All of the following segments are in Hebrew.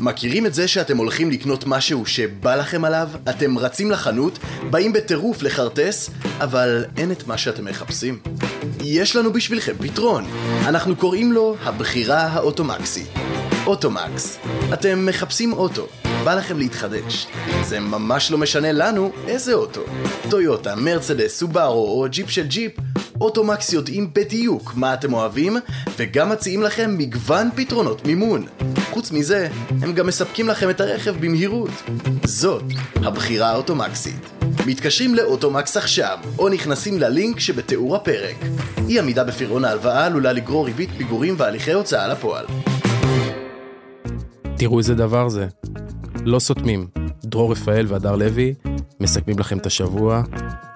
מכירים את זה שאתם הולכים לקנות משהו שבא לכם עליו? אתם רצים לחנות, באים בטירוף לחרטס, אבל אין את מה שאתם מחפשים? יש לנו בשבילכם פתרון. אנחנו קוראים לו הבחירה האוטומקסית. אוטומקס. אתם מחפשים אוטו. בא לכם להתחדש. זה ממש לא משנה לנו איזה אוטו. טויוטה, מרצדס, סובארו או ג'יפ של ג'יפ, אוטומקס יודעים בדיוק מה אתם אוהבים, וגם מציעים לכם מגוון פתרונות מימון. חוץ מזה, הם גם מספקים לכם את הרכב במהירות. זאת הבחירה האוטומקסית. מתקשרים לאוטומקס עכשיו, או נכנסים ללינק שבתיאור הפרק. אי עמידה בפירעון ההלוואה עלולה לגרור ריבית פיגורים והליכי הוצאה לפועל. תראו איזה דבר זה. לא סותמים. דרור רפאל והדר לוי מסכמים לכם את השבוע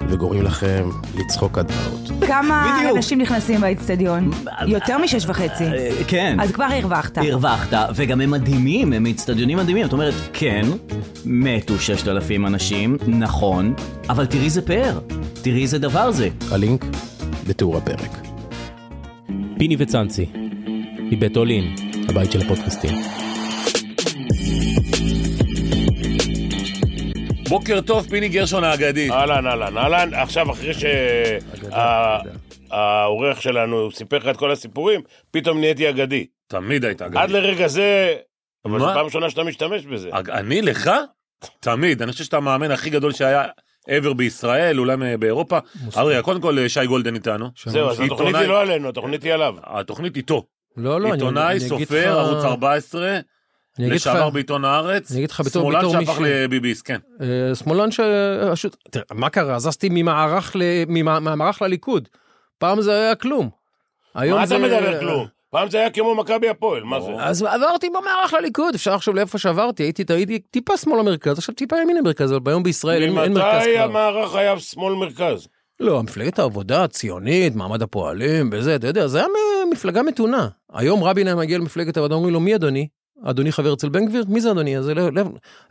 וגורמים לכם לצחוק עד דמעות. כמה בדיוק. אנשים נכנסים באצטדיון? יותר משש וחצי. אה, כן. אז כבר הרווחת. הרווחת, וגם הם מדהימים, הם אצטדיונים מדהימים. את אומרת, כן, מתו 6,000 אנשים, נכון, אבל תראי איזה פאר, תראי איזה דבר זה. הלינק בתיאור הפרק. פיני וצאנצי, מבית אולין, הבית של הפודקאסטים. בוקר טוב, פיני גרשון האגדי. אהלן, אהלן, אהלן. עכשיו, אחרי שהעורך שלנו סיפר לך את כל הסיפורים, פתאום נהייתי אגדי. תמיד היית אגדי. עד לרגע זה... אבל זו מה? פעם ראשונה שאתה משתמש בזה. אג- אני לך? תמיד. אני חושב שאתה המאמן הכי גדול שהיה ever בישראל, אולי מ- באירופה. אבל רגע, קודם כל אה, שי גולדן איתנו. זהו, אז התוכנית עיתונאי- היא לא עלינו, התוכנית היא עליו. התוכנית איתו. לא, לא, אני- עיתונאי, אני אגיד סופר, לך- ערוץ 14, אני אגיד לשעבר לך- בעיתון הארץ. אני אגיד לך בתור- שמאלן בתור שהפך מישהו- לביביסט, כן. אה, שמאלן ש... השוט- תראה, מה קרה? זזתי ממערך ל- ממע- מהמערך לליכוד. פעם זה היה כלום. היום מה אתה זה- מדבר כלום? פעם זה היה כמו מכבי הפועל, מה זה? אז עברתי במערך לליכוד, אפשר עכשיו לאיפה שעברתי, הייתי הייתי טיפה שמאל למרכז, עכשיו טיפה ימין למרכז, אבל היום בישראל אין אין מרכז ממתי כבר. המערך היה שמאל-מרכז? לא, מפלגת העבודה, הציונית, מעמד הפועלים וזה, אתה יודע, זה היה מ- מפלגה מתונה. היום רבין היה מגיע למפלגת העבודה, אומרים לו, מי אדוני? אדוני חבר אצל בן גביר? מי זה אדוני? אז זה לא... לא-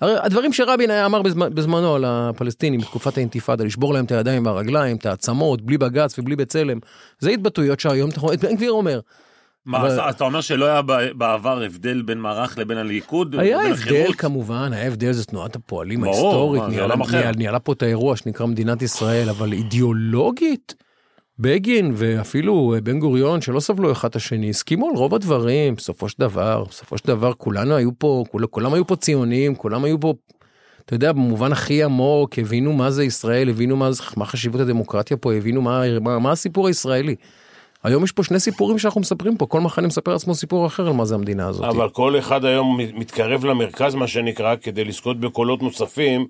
הרי הדברים שרבין היה אמר בזמנ, בזמנו על הפלסטינים, בתקופת האינתיפאדה, לשבור להם את הידיים והרגליים, את העצמות, בלי בג"ץ ובלי בצלם, זה התבטאויות שהיום אתה רואה את בן גביר אומר. מה, אבל- אז- אז אתה אומר שלא היה ב- בעבר הבדל בין מערך לבין הליכוד? היה בין הבדל החירות? כמובן, היה הבדל זה תנועת הפועלים ברור, ההיסטורית, מה, זה ניהלה, עולם אחר. ניהל, ניהלה פה את האירוע שנקרא מדינת ישראל, אבל אידיאולוגית, בגין ואפילו אה, בן גוריון שלא סבלו אחד את השני, הסכימו על רוב הדברים, בסופו של דבר, בסופו של דבר כולנו היו פה, כול, כולם היו פה ציונים, כולם היו פה, אתה יודע, במובן הכי עמוק, הבינו מה זה ישראל, הבינו מה, זה- מה חשיבות הדמוקרטיה פה, הבינו מה, מה, מה הסיפור הישראלי. היום יש פה שני סיפורים שאנחנו מספרים פה, כל מחנה מספר לעצמו סיפור אחר על מה זה המדינה הזאת. אבל כל אחד היום מת- מתקרב למרכז, מה שנקרא, כדי לזכות בקולות נוספים.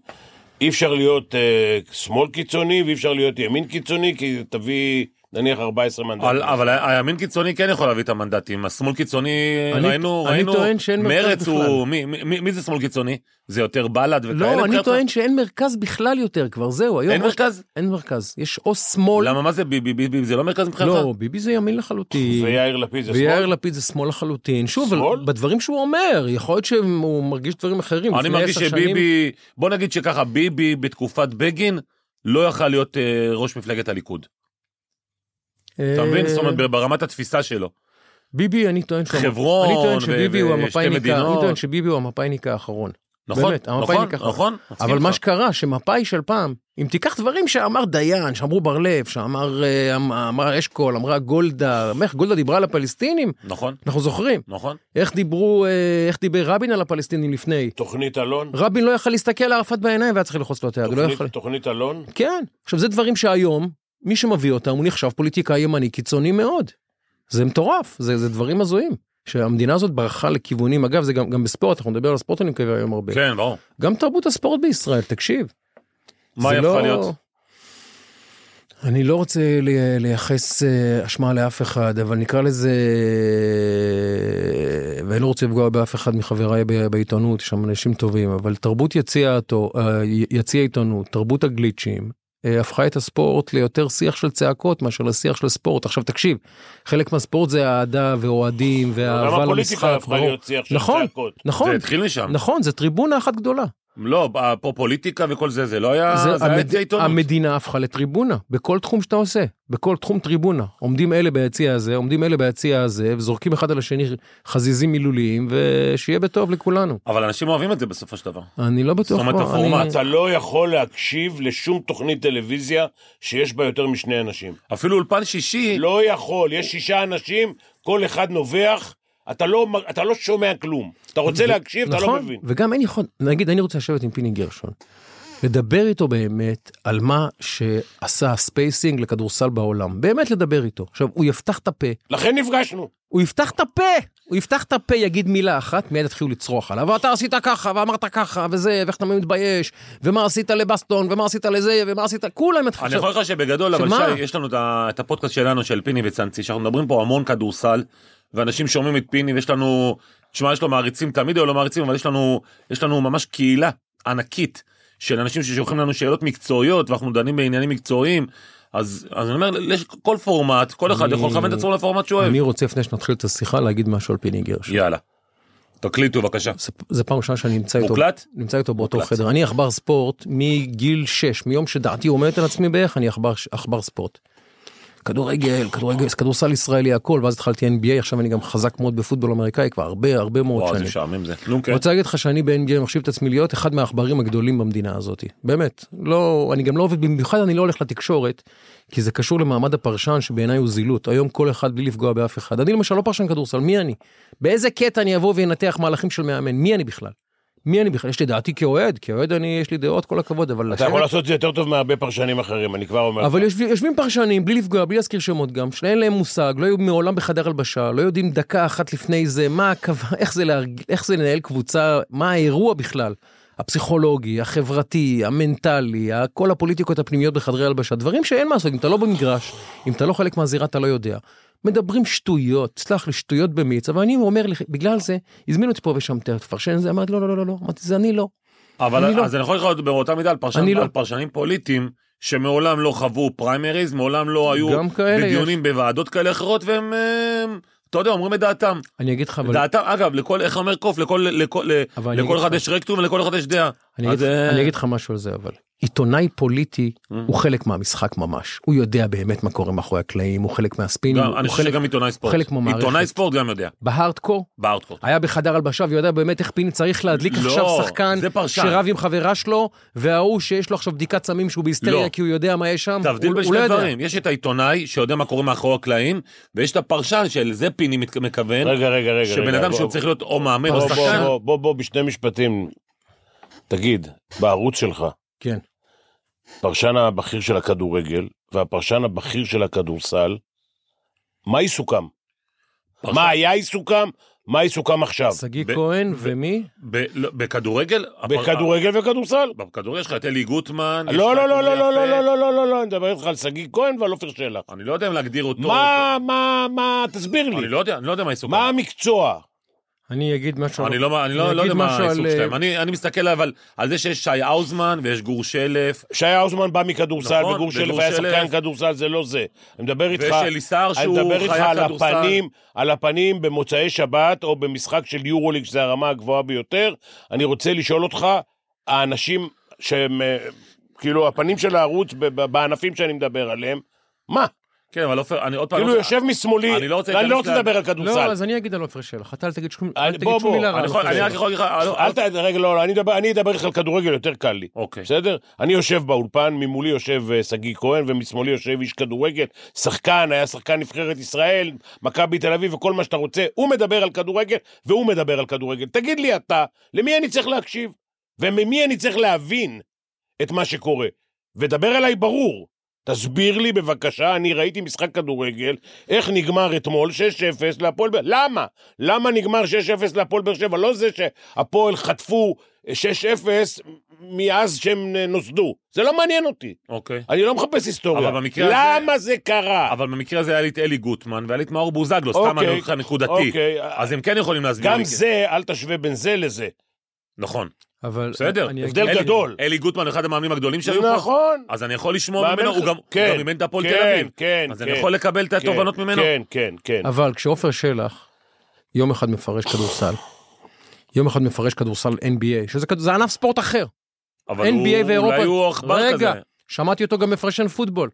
אי אפשר להיות אה, שמאל קיצוני ואי אפשר להיות ימין קיצוני, כי תביא נניח 14 מנדטים. אבל, אבל ה- הימין קיצוני כן יכול להביא את המנדטים, השמאל קיצוני, אני- ראינו, אני ראינו, טוען שאין מרכז מרץ הוא, בכלל. מי, מי, מי- מי זה שמאל קיצוני? זה יותר בל"ד וכאלה? לא, אני מבחינתך? טוען שאין מרכז בכלל יותר כבר, זהו, היום... אין מרכז? אין מרכז, יש או שמאל... למה, מה זה ביבי, ביבי, זה לא מרכז מבחינתך? לא, ביבי זה ימין לחלוטין. ויאיר לפיד זה ויאיר שמאל? לפיד זה שמאל לחלוטין. שוב, אבל שמאל? בדברים שהוא אומר, יכול להיות שהוא מרגיש דברים אחרים. אני לפני מרגיש עשר שנים- שביבי, בוא נגיד שככה, ביבי בתקופת בגין לא יכל להיות אה, ראש מפלגת הליכוד. אתה אה, מבין? זאת אומרת, ברמת התפיסה שלו. ביבי, אני טוען שהוא... חברון אני טוען ו- שביבי הוא ושתי המפאיניק ה- אני מדינות. טוען שביבי הוא המפאיניק האחרון. נכון, באמת, נכון, המפאיניק האחרון. נכון. אבל מסכים מה איתך. שקרה, שמפאי של פעם, אם תיקח דברים שאמר דיין, שאמרו בר לב, שאמר אה, אמ- אמר אשכול, אמרה גולדה, איך גולדה דיברה על הפלסטינים, נכון, אנחנו זוכרים. נכון. איך דיברו, אה, איך דיבר רבין על הפלסטינים לפני. תוכנית אלון? רבין לא יכל להסתכל לערפאת בעיניים והיה צריך לחוץ לו את היד, הוא לא תוכנית- יכול... תוכנית אלון? כן. עכשיו, זה דברים שהיום, מי שמביא אותם הוא נחשב פוליטיקאי ימני קיצוני מאוד. זה מטורף, זה, זה דברים הזויים. שהמדינה הזאת ברחה לכיוונים, אגב, זה גם, גם בספורט, אנחנו נדבר על הספורט אני מקווה היום הרבה. כן, ברור. גם תרבות הספורט בישראל, תקשיב. מה זה לא- לא- יכול להיות? אני לא רוצה לי- לייחס אה, אשמה לאף אחד, אבל נקרא לזה, ואני לא רוצה לפגוע באף אחד מחבריי ב- בעיתונות, יש שם אנשים טובים, אבל תרבות יציע, התו- אה, י- יציע עיתונות, תרבות הגליצ'ים, אה, הפכה את הספורט ליותר שיח של צעקות מאשר לשיח של ספורט. עכשיו תקשיב, חלק מהספורט זה אהדה ואוהדים גם ואהבה למשחק. הפוליטיקה הפכה ברור. להיות שיח של נכון, צעקות. נכון, זה התחיל משם. נכון, זה טריבונה אחת גדולה. לא, פה פוליטיקה וכל זה, זה לא היה, זה זה היה המד... יציע עיתונות. המדינה הפכה לטריבונה, בכל תחום שאתה עושה, בכל תחום טריבונה. עומדים אלה ביציע הזה, עומדים אלה ביציע הזה, וזורקים אחד על השני חזיזים מילוליים, ושיהיה בטוב לכולנו. אבל אנשים אוהבים את זה בסופו של דבר. אני לא בטוח... זאת אומרת, פה, הפורמט, אני- אתה לא יכול להקשיב לשום תוכנית טלוויזיה שיש בה יותר משני אנשים. אפילו אולפן שישי, לא יכול, יש שישה אנשים, כל אחד נובח, אתה לא, אתה לא שומע כלום. אתה רוצה להקשיב, אתה לא נכון, מבין. וגם אין יכול, נגיד אני רוצה לשבת עם פיני גרשון, לדבר איתו באמת על מה שעשה הספייסינג לכדורסל בעולם, באמת לדבר איתו. עכשיו, הוא יפתח את הפה, לכן נפגשנו. הוא יפתח את הפה, הוא יפתח את הפה, יגיד מילה אחת, מיד יתחילו לצרוח עליו, ואתה עשית ככה, ואמרת ככה, וזה, ואיך אתה מתבייש, ומה עשית לבסטון, ומה עשית לזה, ומה עשית, כולם יתחילו. אני יכול להגיד לך שבגדול, אבל שמה? שי, יש לנו את ה- את הפודקאסט שלנו של פיני וצנצי, שאנחנו מדברים פה המון כדורסל, ואנשים שומעים את פיני, ויש לנו, תשמע, יש לו מעריצים, תמיד היו לו מעריצים, אבל יש לנו, יש לנו ממש קהילה ענקית של אנשים ששולחים לנו שאלות מקצועיות, ואנחנו דנים בעניינים מקצועיים, אז, אז אני אומר, יש כל פורמט, כל אחד אני- יכול לכוון את עצמו לפורמט שהוא אוהב. אני רוצה, לפני שנתחיל את השיחה, להגיד משהו על פיני גרשון. יאללה. תקליטו בבקשה. זה- זה פעם ראשונה שאני נמצא איתו. מוקלט? נמצא איתו באותו מוקלט. חדר. אני עכבר ספורט מגיל 6, מיום שדעתי עומדת על עצמי בערך, אני עכבר עכבר ספורט. כדורגל, כדורגל, כדורסל ישראלי, הכל, ואז התחלתי NBA, עכשיו אני גם חזק מאוד בפוטבול אמריקאי כבר הרבה הרבה מאוד וואו, זה שנים. משעמם זה. נו, כן. רוצה להגיד לך שאני ב-NBA מחשיב את עצמי להיות אחד מהעכברים הגדולים במדינה הזאת. באמת. לא, אני גם לא עובד, במיוחד אני לא הולך לתקשורת, כי זה קשור למעמד הפרשן שבעיניי הוא זילות. היום כל אחד בלי לפגוע באף אחד. אני למשל לא פרשן כדורסל, מי אני? באיזה קטע אני אבוא ואנתח מהלכים של מאמן? מי אני בכלל? מי אני בכלל? יש לי דעתי כאוהד, כאוהד אני, יש לי דעות, כל הכבוד, אבל... אתה לשבת- יכול לעשות את זה יותר טוב מהרבה פרשנים אחרים, אני כבר אומר. אבל יושבים, יושבים פרשנים, בלי לפגוע, בלי להזכיר שמות גם, שאין להם מושג, לא היו מעולם בחדר הלבשה, לא יודעים דקה אחת לפני זה, מה הכוונה, איך, זה להרג... איך זה לנהל קבוצה, מה האירוע בכלל, הפסיכולוגי, החברתי, המנטלי, ה- כל הפוליטיקות הפנימיות בחדרי הלבשה, דברים שאין מה לעשות, אם אתה לא במגרש, אם אתה לא חלק מהזירה, אתה לא יודע. מדברים שטויות, סלח לי, שטויות במיץ, אבל אני אומר, לך, בגלל זה, הזמינו אותי פה ושם, תפרשן את זה, אמרתי, לא, לא, לא, לא, לא, אמרתי, זה אני לא. אבל אני אני לא. אז אני יכול לקרוא באותה מידה על, פרשן, אני לא. על פרשנים פוליטיים שמעולם לא חוו פריימריז, מעולם לא היו גם כאלה בדיונים בוועדות כאלה אחרות, והם, אה, אתה יודע, אומרים את דעתם. אני אגיד לך, אבל... דעתם, אגב, לכל, איך אומר קוף, לכל, לכל, אבל אני לכל אגיד אחד לך- יש רקטום ולכל אחד יש דעה. אני אז, אגיד, אה, אני אגיד לך משהו על זה אבל עיתונאי פוליטי הוא חלק מהמשחק ממש הוא יודע באמת מה קורה מאחורי הקלעים הוא חלק מהספינים גם, הוא אני חושב חלק שגם עיתונאי ספורט. חלק מהמערכת. עיתונאי ספורט גם יודע, בהארדקור בארטקורט. היה בחדר הלבשה ויודע באמת איך פיני צריך להדליק לא, עכשיו שחקן זה פרשן. שרב עם חברה שלו וההוא שיש לו עכשיו בדיקת סמים שהוא בהיסטריה לא. כי הוא יודע מה יש שם. תבדיל הוא- הוא בשני לא יודע. דברים, יש את העיתונאי שיודע מה קורה מאחורי הקלעים, ויש את הפרשן של זה פיני מת- מכוון, רגע, רגע, רגע. שבן רגע, אדם בוא, שהוא צריך להיות או מאמן בוא, או בוא, שחקן, בוא, בוא, בוא, בשני משפטים. תגיד, בערוץ שלך, כן. הפרשן הבכיר של הכדורגל והפרשן הבכיר של הכדורסל, מה יסוכם? פרשן. מה היה יסוכם? מה יסוכם עכשיו? שגיא ב- כהן ומי? ב- לא, בכדורגל, הפר- בכדורגל וכדורסל. בכדורגל יש לך את אלי גוטמן. יש לא, לך לא, את לא, אורי לא, לא, יפה. לא, לא, לא, לא, לא, לא, אני מדבר איתך על שגיא כהן ועל עופר שלח. אני לא יודע אם להגדיר אותו. מה, מה, מה, תסביר אני לי, לא יודע, אני לא יודע מה העיסוק. מה המקצוע? אני אגיד משהו. אני לא, אני לא, אני לא יודע אגיד מה משהו על, העיסוק אה, שלהם. אני, אני מסתכל אבל על זה שיש שי האוזמן ויש גור שלף שי האוזמן בא מכדורסל, נכון, וגור שלף וגור היה שלף. שחקן כדורסל, זה לא זה. אני מדבר איתך... ויש אליסר אני שהוא מדבר איתך חיה על כדורסל. הפנים, על הפנים במוצאי שבת, או במשחק של יורוליג, שזה הרמה הגבוהה ביותר. אני רוצה לשאול אותך, האנשים שהם, אה, כאילו, הפנים של הערוץ ב- ב- בענפים שאני מדבר עליהם, מה? כן, אבל עופר, אני עוד פעם... כאילו, לא- יושב משמאלי, אני לא רוצה ואני לא להיכנס רוצה ל- לדבר על לא, כדורסל. אז אני אגיד על עופר שלח. אתה אל תגיד שום אני- אל תגיד בוא, שום בוא, מילה רעה. אני על יכול- עופר אני רק שלח. יכול להגיד לך... לא, אל ת... רגע, לא, לא, אני אדבר, אני אדבר איתך על כדורגל, יותר קל לי. אוקיי. בסדר? אני יושב באולפן, ממולי יושב אה, שגיא כהן, ומשמאלי יושב איש כדורגל, שחקן, היה שחקן נבחרת ישראל, מכבי תל אביב וכל מה שאתה רוצה. הוא מדבר על כדורגל, והוא מדבר על כדורגל. תגיד לי אתה, למי אני צריך להקשיב? וממי אני צריך להבין את מה שקורה? ודבר אליי ברור. תסביר לי בבקשה, אני ראיתי משחק כדורגל, איך נגמר אתמול 6-0 להפועל באר שבע. למה? למה נגמר 6-0 להפועל באר שבע? לא זה שהפועל חטפו 6-0 מאז שהם נוסדו. זה לא מעניין אותי. אוקיי. אני לא מחפש היסטוריה. אבל במקרה הזה- למה זה קרה? אבל במקרה הזה היה לי את אלי גוטמן והיה לי את מאור בוזגלו, סתם אני אוקיי. אומר לך נקודתי. אוקיי, אז הם כן יכולים להסביר לי. גם זה, אל תשווה בין זה לזה. נכון, אבל בסדר. אני אגיד- הבדל אלי- גדול. אלי גוטמן, אחד המאמנים הגדולים שהיו פה. נכון. אז אני יכול לשמוע מאמן ממנו, הוא ח- גם כן, הוא גם אימן את הפועל כן, תל אביב. כן, אז אני כן, יכול לקבל את כן, התובנות ממנו. כן, כן, כן. אבל כשעופר שלח יום אחד מפרש כדורסל, יום אחד מפרש כדורסל NBA, שזה כד- זה ענף ספורט אחר. אבל הוא- NBA ואירופה. אולי הוא עכבר כזה. רגע, שמעתי אותו גם מפרשן פוטבול.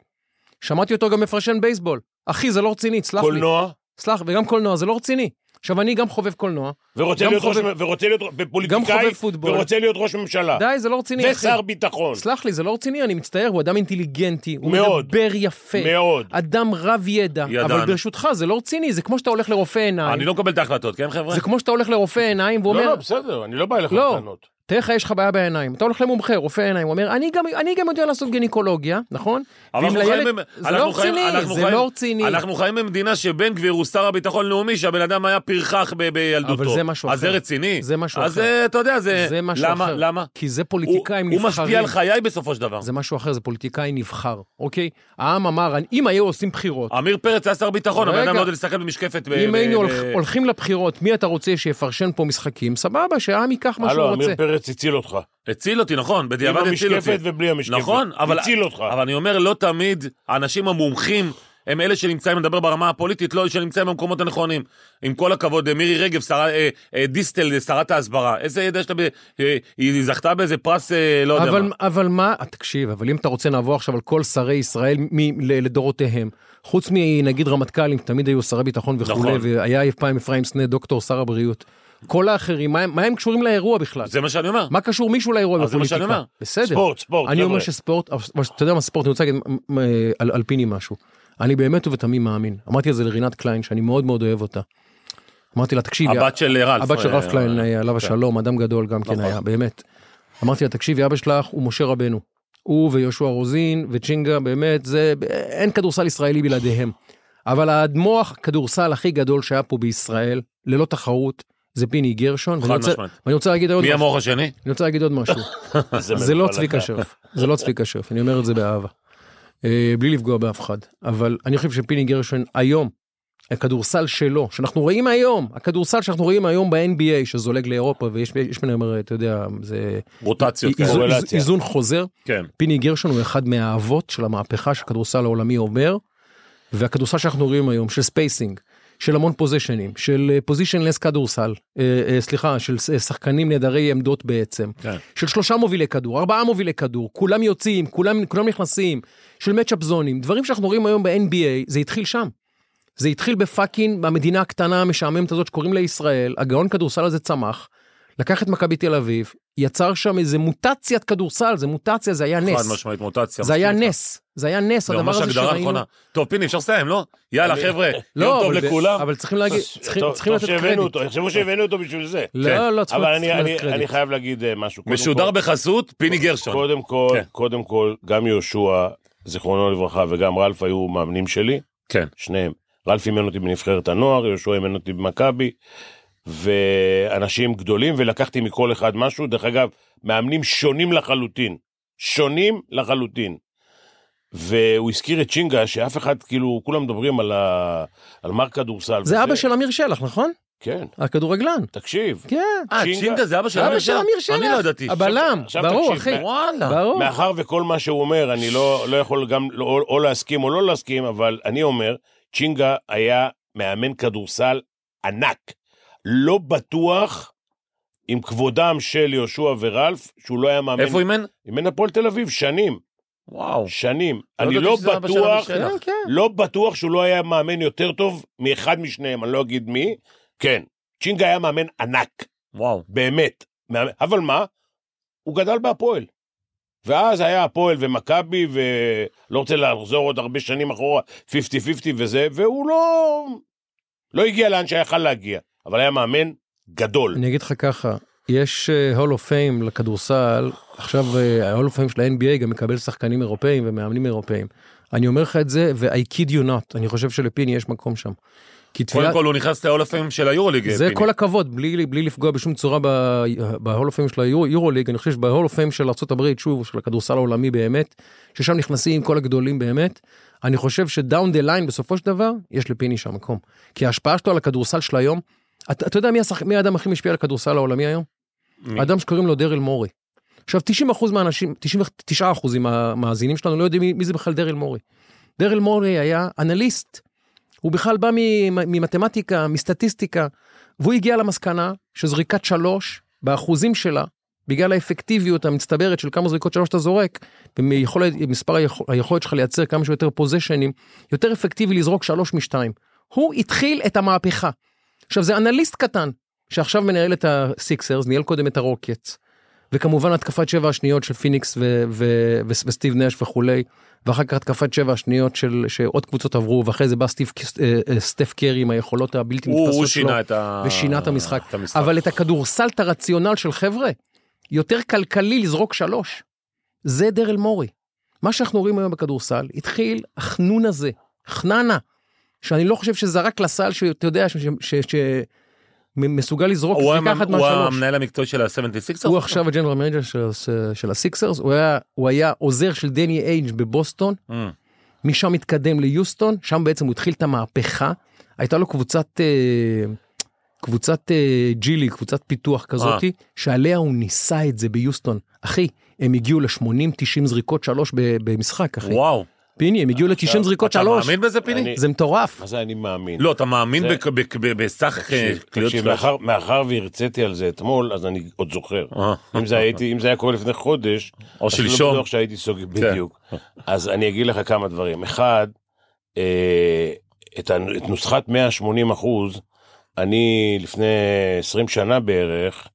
שמעתי אותו גם מפרשן בייסבול. אחי, זה לא רציני, סלח לי. קולנוע, סלח, וגם קולנוע, זה לא רציני. עכשיו, אני גם חובב קולנוע. ורוצה גם להיות ראש מ- חובב- ורוצה להיות ר- גם בפוליטיקאי, חובב פוטבול. ורוצה להיות ראש ממשלה, די, זה לא רציני, אחי. ושר ביטחון, סלח לי, זה לא רציני, אני מצטער, הוא אדם אינטליגנטי, הוא מאוד. מדבר יפה, מאוד. אדם רב ידע, ידען. אבל ברשותך, זה לא רציני, זה כמו שאתה הולך לרופא עיניים, אני לא מקבל את ההחלטות, כן חבר'ה? אה, זה כמו שאתה הולך לרופא עיניים לא, ואומר, לא, בסדר, אני לא בא אליך לא. בטענות. תראה לך, יש לך בעיה בעיניים. אתה הולך למומחה, רופא עיניים, הוא אומר, אני גם, אני גם יודע לעשות גינקולוגיה, נכון? אבל ואם אנחנו לילד- חיים במ- זה אנחנו לא חיים- רציני, אנחנו זה חיים- לא רציני. אנחנו חיים במדינה שבן גביר הוא שר הביטחון לאומי, שהבן אדם היה פרחח ב- בילדותו. אבל זה משהו אז זה אחר. רציני? זה משהו אז אחר. אה, אתה יודע, זה... זה משהו למה, אחר. למה? כי זה הוא- פוליטיקאים הוא נבחרים. משפיע על חיי בסופו של דבר. זה משהו אחר, זה פוליטיקאי נבחר, אוקיי? העם אמר, אם היו עושים בחירות, עמיר פרץ היה שר ביטחון, הבן רגע. אדם לא יודע לשחק במשקפת. ב- אם ב- היינו ב- הולכ- הולכים לבחירות, מי אתה רוצה שיפרשן פה משחקים? סבבה, שהעם ייקח מה שהוא הלו, רוצה. עמיר פרץ הציל אותך. הציל אותי, נכון, עם בדיעבד הציל אותי. המשקפת ובלי המשקפת. נכון, אבל... הציל אותך. אבל אני אומר, לא תמיד האנשים המומחים הם אלה שנמצאים, נדבר ברמה הפוליטית, לא, שנמצאים במקומות הנכונים. עם כל הכבוד, אה, מירי רגב, שרה, אה, אה, דיסטל, אה, שרת ההסברה, איזה ידע שלה, ב, אה, היא זכתה באיזה פרס, אה, לא יודע אבל, מה. אבל מה, תקשיב, אבל אם אתה רוצה נעבור עכשיו על כל שרי ישראל מ, ל, לדורותיהם, חוץ מנגיד רמטכ"לים, תמיד היו שרי ביטחון וכולי, נכון. נכון. והיה אי פעם אפרים סנה דוקטור שר הבריאות, כל האחרים, מה, הם- מה הם קשורים לאירוע בכלל? זה מה שאני אומר. מה קשור מישהו לאירוע אז זה מה בפוליטיקה? שאני אומר. בסדר. ספורט, ספורט, אני אומר חבר'ה. שספורט, אבל אתה יודע מה ספורט, אני רוצה להגיד מ- מ- על, על פיני משהו. אני באמת ובתמים מאמין. אמרתי את זה לרינת קליין, שאני מאוד מאוד אוהב אותה. אמרתי לה, תקשיבי, הבת של אה, רלף. הבת של אה, רף קליין, אה, נכון. אה, עליו השלום, אדם גדול גם כן היה, באמת. אמרתי לה, תקשיבי, אבא שלך הוא משה רבנו. הוא ויהושע רוזין וצ'ינגה, באמת, זה, אין כדורסל ישראלי בלעדיהם. אבל האדמו"ר הכדורסל הכי גדול שהיה פה בישראל, ללא תחרות, זה פיני גרשון. ואני רוצה- משמעית. ואני רוצה להגיד עוד מי משהו. המוח השני? אני רוצה להגיד עוד משהו. זה לא כן. מלוכלך. צביקה שרף, זה לא צביקה שרף, אני אומר את זה באהבה. אה, בלי לפגוע באף אחד, אבל אני חושב שפיני גרשון היום, הכדורסל שלו, שאנחנו רואים היום, הכדורסל שאנחנו רואים היום ב-NBA, שזולג לאירופה, ויש יש ביניהם, אה, אתה יודע, זה רוטציות כאלה. איזון- קורלציה. איזון חוזר. כן. פיני גרשון הוא אחד מהאבות של המהפכה שהכדורסל העולמי אומר, והכדורסל שאנחנו רואים היום, של ספייסינג, של המון פוזיישנים, של פוזיישנלס כדורסל, אה, אה, סליחה, של ש- שחקנים נעדרי עמדות בעצם, כן. של שלושה מובילי כדור, ארבעה מובילי כדור, כולם יוצאים, כולם, כולם נכנסים, של מצ'אפ זונים, דברים שאנחנו רואים היום ב-NBA, זה התחיל שם. זה התחיל בפאקינג המדינה הקטנה המשעממת הזאת שקוראים לה ישראל, הגאון כדורסל הזה צמח, לקח את מכבי תל אביב, יצר שם איזה מוטציית כדורסל, זה מוטציה, זה היה חד נס. משמעית מוטציה. זה היה מסכים איתך. נס, זה היה נס, זה הדבר ממש הזה הגדרה שראינו. לא, נכונה. טוב, פיני, אפשר לסיים, לא? יאללה, חבר'ה, יום טוב אבל- לכולם. אבל צריכים להגיד, צריכים- טוב, צריכים טוב לתת שהבאנו קרדיט. אותו, יחשבו שהבאנו אותו בשביל זה. לא, לא, צריכים אבל צריכים אני- לתת אני- אני קרדיט. חייב להגיד אה, משהו. קודם משודר כל- בחסות פיני גרשון. קודם כל, כן. קודם כל, גם יהושע, זיכרונו לברכה, וגם רלף היו מאמנים שלי, כן. שניהם. רלף אימן אותי בנבחרת הנוער, יהושע אימן אותי במכבי, ואנשים גדולים, ולקחתי מכל אחד משהו. דרך אגב, מאמנים שונים לחלוטין. שונים לחלוטין. והוא הזכיר את צ'ינגה, שאף אחד, כאילו, כולם מדברים על, ה... על מר כדורסל. זה אבא של אמיר שלח, נכון? כן, הכדורגלן. תקשיב. כן. אה, צ'ינגה? צ'ינגה זה אבא של אבא של אמיר שלח. אני לא ידעתי. הבלם, עכשיו ברור, תקשיב, אחי. מה- וואלה. ברור. מאחר וכל מה שהוא אומר, אני לא, לא יכול גם לא, או להסכים או לא להסכים, אבל אני אומר, צ'ינגה היה מאמן כדורסל ענק. לא בטוח עם כבודם של יהושע ורלף, שהוא לא היה מאמן. איפה אימן? אימן הפועל תל אביב, שנים, וואו. שנים. לא אני ידעתי לא שזה אבא של אבא בטוח, שלך. כן, כן. לא בטוח שהוא לא היה מאמן יותר טוב מאחד משניהם, אני לא אגיד מי. כן, צ'ינגה היה מאמן ענק. וואו. באמת. מה- אבל מה? הוא גדל בהפועל. ואז היה הפועל ומכבי, ולא רוצה לחזור עוד הרבה שנים אחורה, 50-50 וזה, והוא לא... לא הגיע לאן שהיה יכול להגיע, אבל היה מאמן גדול. אני אגיד לך ככה, יש אה, הול אוף פיים לכדורסל, עכשיו אה, ההול אוף פיים של ה-NBA גם מקבל שחקנים אירופאים ומאמנים אירופאים. אני אומר לך את זה, ו-I kid you not, אני חושב שלפיני יש מקום שם. כי קודם תביעת, כל הוא נכנס לאולפים של היורוליג. זה פיני. כל הכבוד, בלי, בלי לפגוע בשום צורה ב- בהול אוף פיים של היורוליג, אני חושב שבהול אוף פיים של ארה"ב, שוב, של הכדורסל העולמי באמת, ששם נכנסים כל הגדולים באמת, אני חושב שדאון דה ליין בסופו של דבר, יש לפיני שם מקום. כי ההשפעה שלו על הכדורסל של היום, אתה, אתה יודע מי, השח... מי האדם הכי משפיע על הכדורסל העולמי היום? מי? האדם שקוראים לו דרל מורי. עכשיו 90% מהאנשים, 99% מהמאזינים שלנו לא יודעים מי, מי זה בכלל דרל מורי. דרל מורי היה אנליסט, הוא בכלל בא מ- ממתמטיקה, מסטטיסטיקה, והוא הגיע למסקנה שזריקת שלוש, באחוזים שלה, בגלל האפקטיביות המצטברת של כמה זריקות שלוש אתה זורק, ומיכולת, מספר היכול, היכולת שלך לייצר כמה שיותר פוזיישנים, יותר אפקטיבי לזרוק שלוש משתיים. הוא התחיל את המהפכה. עכשיו זה אנליסט קטן, שעכשיו מנהל את הסיקסרס, ניהל קודם את הרוקטס. וכמובן התקפת שבע השניות של פיניקס ו- ו- ו- וסטיב נש וכולי, ואחר כך התקפת שבע השניות של שעוד קבוצות עברו, ואחרי זה בא סטיב, אה, אה, סטף קרי עם היכולות הבלתי הוא- נתפסות שלו. הוא שינה את ה... ושינה את המשחק. את המשחק. אבל את הכדורסל, את הרציונל של חבר'ה, יותר כלכלי לזרוק שלוש. זה דרל מורי. מה שאנחנו רואים היום בכדורסל, התחיל החנון הזה, חננה, שאני לא חושב שזרק לסל, שאתה יודע, שמסוגל לזרוק הוא זריקה המ- אחת הוא מהשלוש. המנהל המקצועי של ה-76? הוא עכשיו הג'נרל מנג'ר של, של הסיקסרס, הוא היה, הוא היה עוזר של דני אייג' בבוסטון, Mm. משם התקדם ליוסטון, שם בעצם הוא התחיל את המהפכה. הייתה לו קבוצת, אה, קבוצת אה, ג'ילי, קבוצת פיתוח כזאתי, אה. שעליה הוא ניסה את זה ביוסטון. אחי, הם הגיעו ל-80-90 זריקות שלוש ב- במשחק, אחי. וואו. פיני, הם הגיעו ל-90 זריקות אתה שלוש. מאמין בזה פיני? אני- זה מטורף. מה זה אני מאמין? לא, אתה מאמין זה- בק- בק- ב- בסך אה, קליעות תקשיב, שלו? מאחר- מאחר והרציתי על זה אתמול, אז אני עוד זוכר. אה. אם זה הייתי- אם זה היה קורה לפני חודש, או אז לא שלשום. כן. בטוח שהייתי סוגר בדיוק. אז אני אגיד לך כמה דברים. אחד, אה, את ה- את נוסחת 180 אחוז, אני לפני 20 שנה בערך,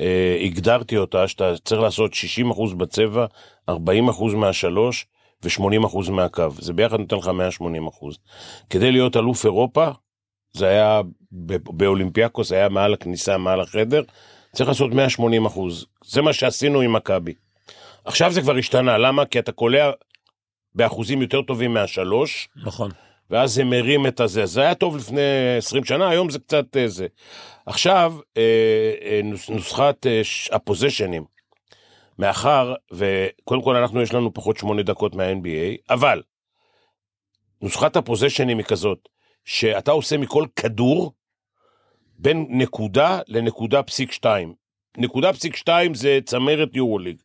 אה, הגדרתי אותה שאתה צריך לעשות 60 אחוז בצבע, 40 אחוז מהשלוש ו-80 אחוז מהקו. זה ביחד נותן לך 180 אחוז. כדי להיות אלוף אירופה, זה היה ב- באולימפיאקוס, היה מעל הכניסה, מעל החדר, צריך לעשות 180 אחוז. זה מה שעשינו עם מכבי. עכשיו זה כבר השתנה, למה? כי אתה קולע באחוזים יותר טובים מהשלוש, נכון. ואז זה מרים את הזה. זה היה טוב לפני 20 שנה, היום זה קצת אה, זה. עכשיו, אה, אה, נוס- נוסחת אה, ש- הפוזיישנים. מאחר, וקודם כל אנחנו, יש לנו פחות שמונה דקות מה-NBA, אבל נוסחת הפוזיישנים היא כזאת, שאתה עושה מכל כדור בין נקודה לנקודה פסיק שתיים. נקודה פסיק שתיים זה צמרת יורוליג.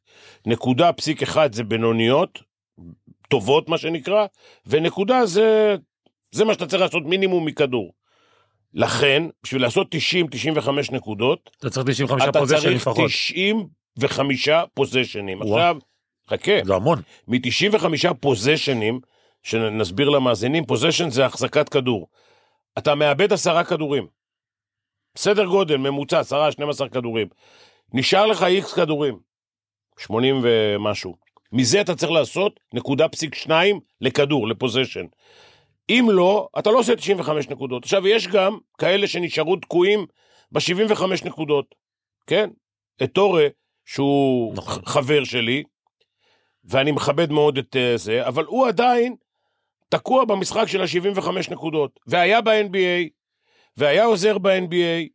נקודה פסיק אחד זה בינוניות, טובות מה שנקרא, ונקודה זה, זה מה שאתה צריך לעשות מינימום מכדור. לכן, בשביל לעשות 90-95 נקודות, אתה צריך 95 אתה פוזיישנים צריך לפחות. 95 פוזיישנים. וואו. עכשיו, חכה, זה המון. מ-95 פוזיישנים, שנסביר למאזינים, פוזיישן זה החזקת כדור. אתה מאבד עשרה כדורים. סדר גודל, ממוצע, עשרה, 12 כדורים. נשאר לך איקס כדורים, 80 ומשהו. מזה אתה צריך לעשות נקודה פסיק שניים לכדור, לפוזיישן. אם לא, אתה לא עושה 95 נקודות. עכשיו, יש גם כאלה שנשארו תקועים ב-75 נקודות, כן? את אורה, שהוא נכון. חבר שלי, ואני מכבד מאוד את אה, זה, אבל הוא עדיין תקוע במשחק של ה-75 נקודות, והיה ב-NBA, והיה עוזר ב-NBA,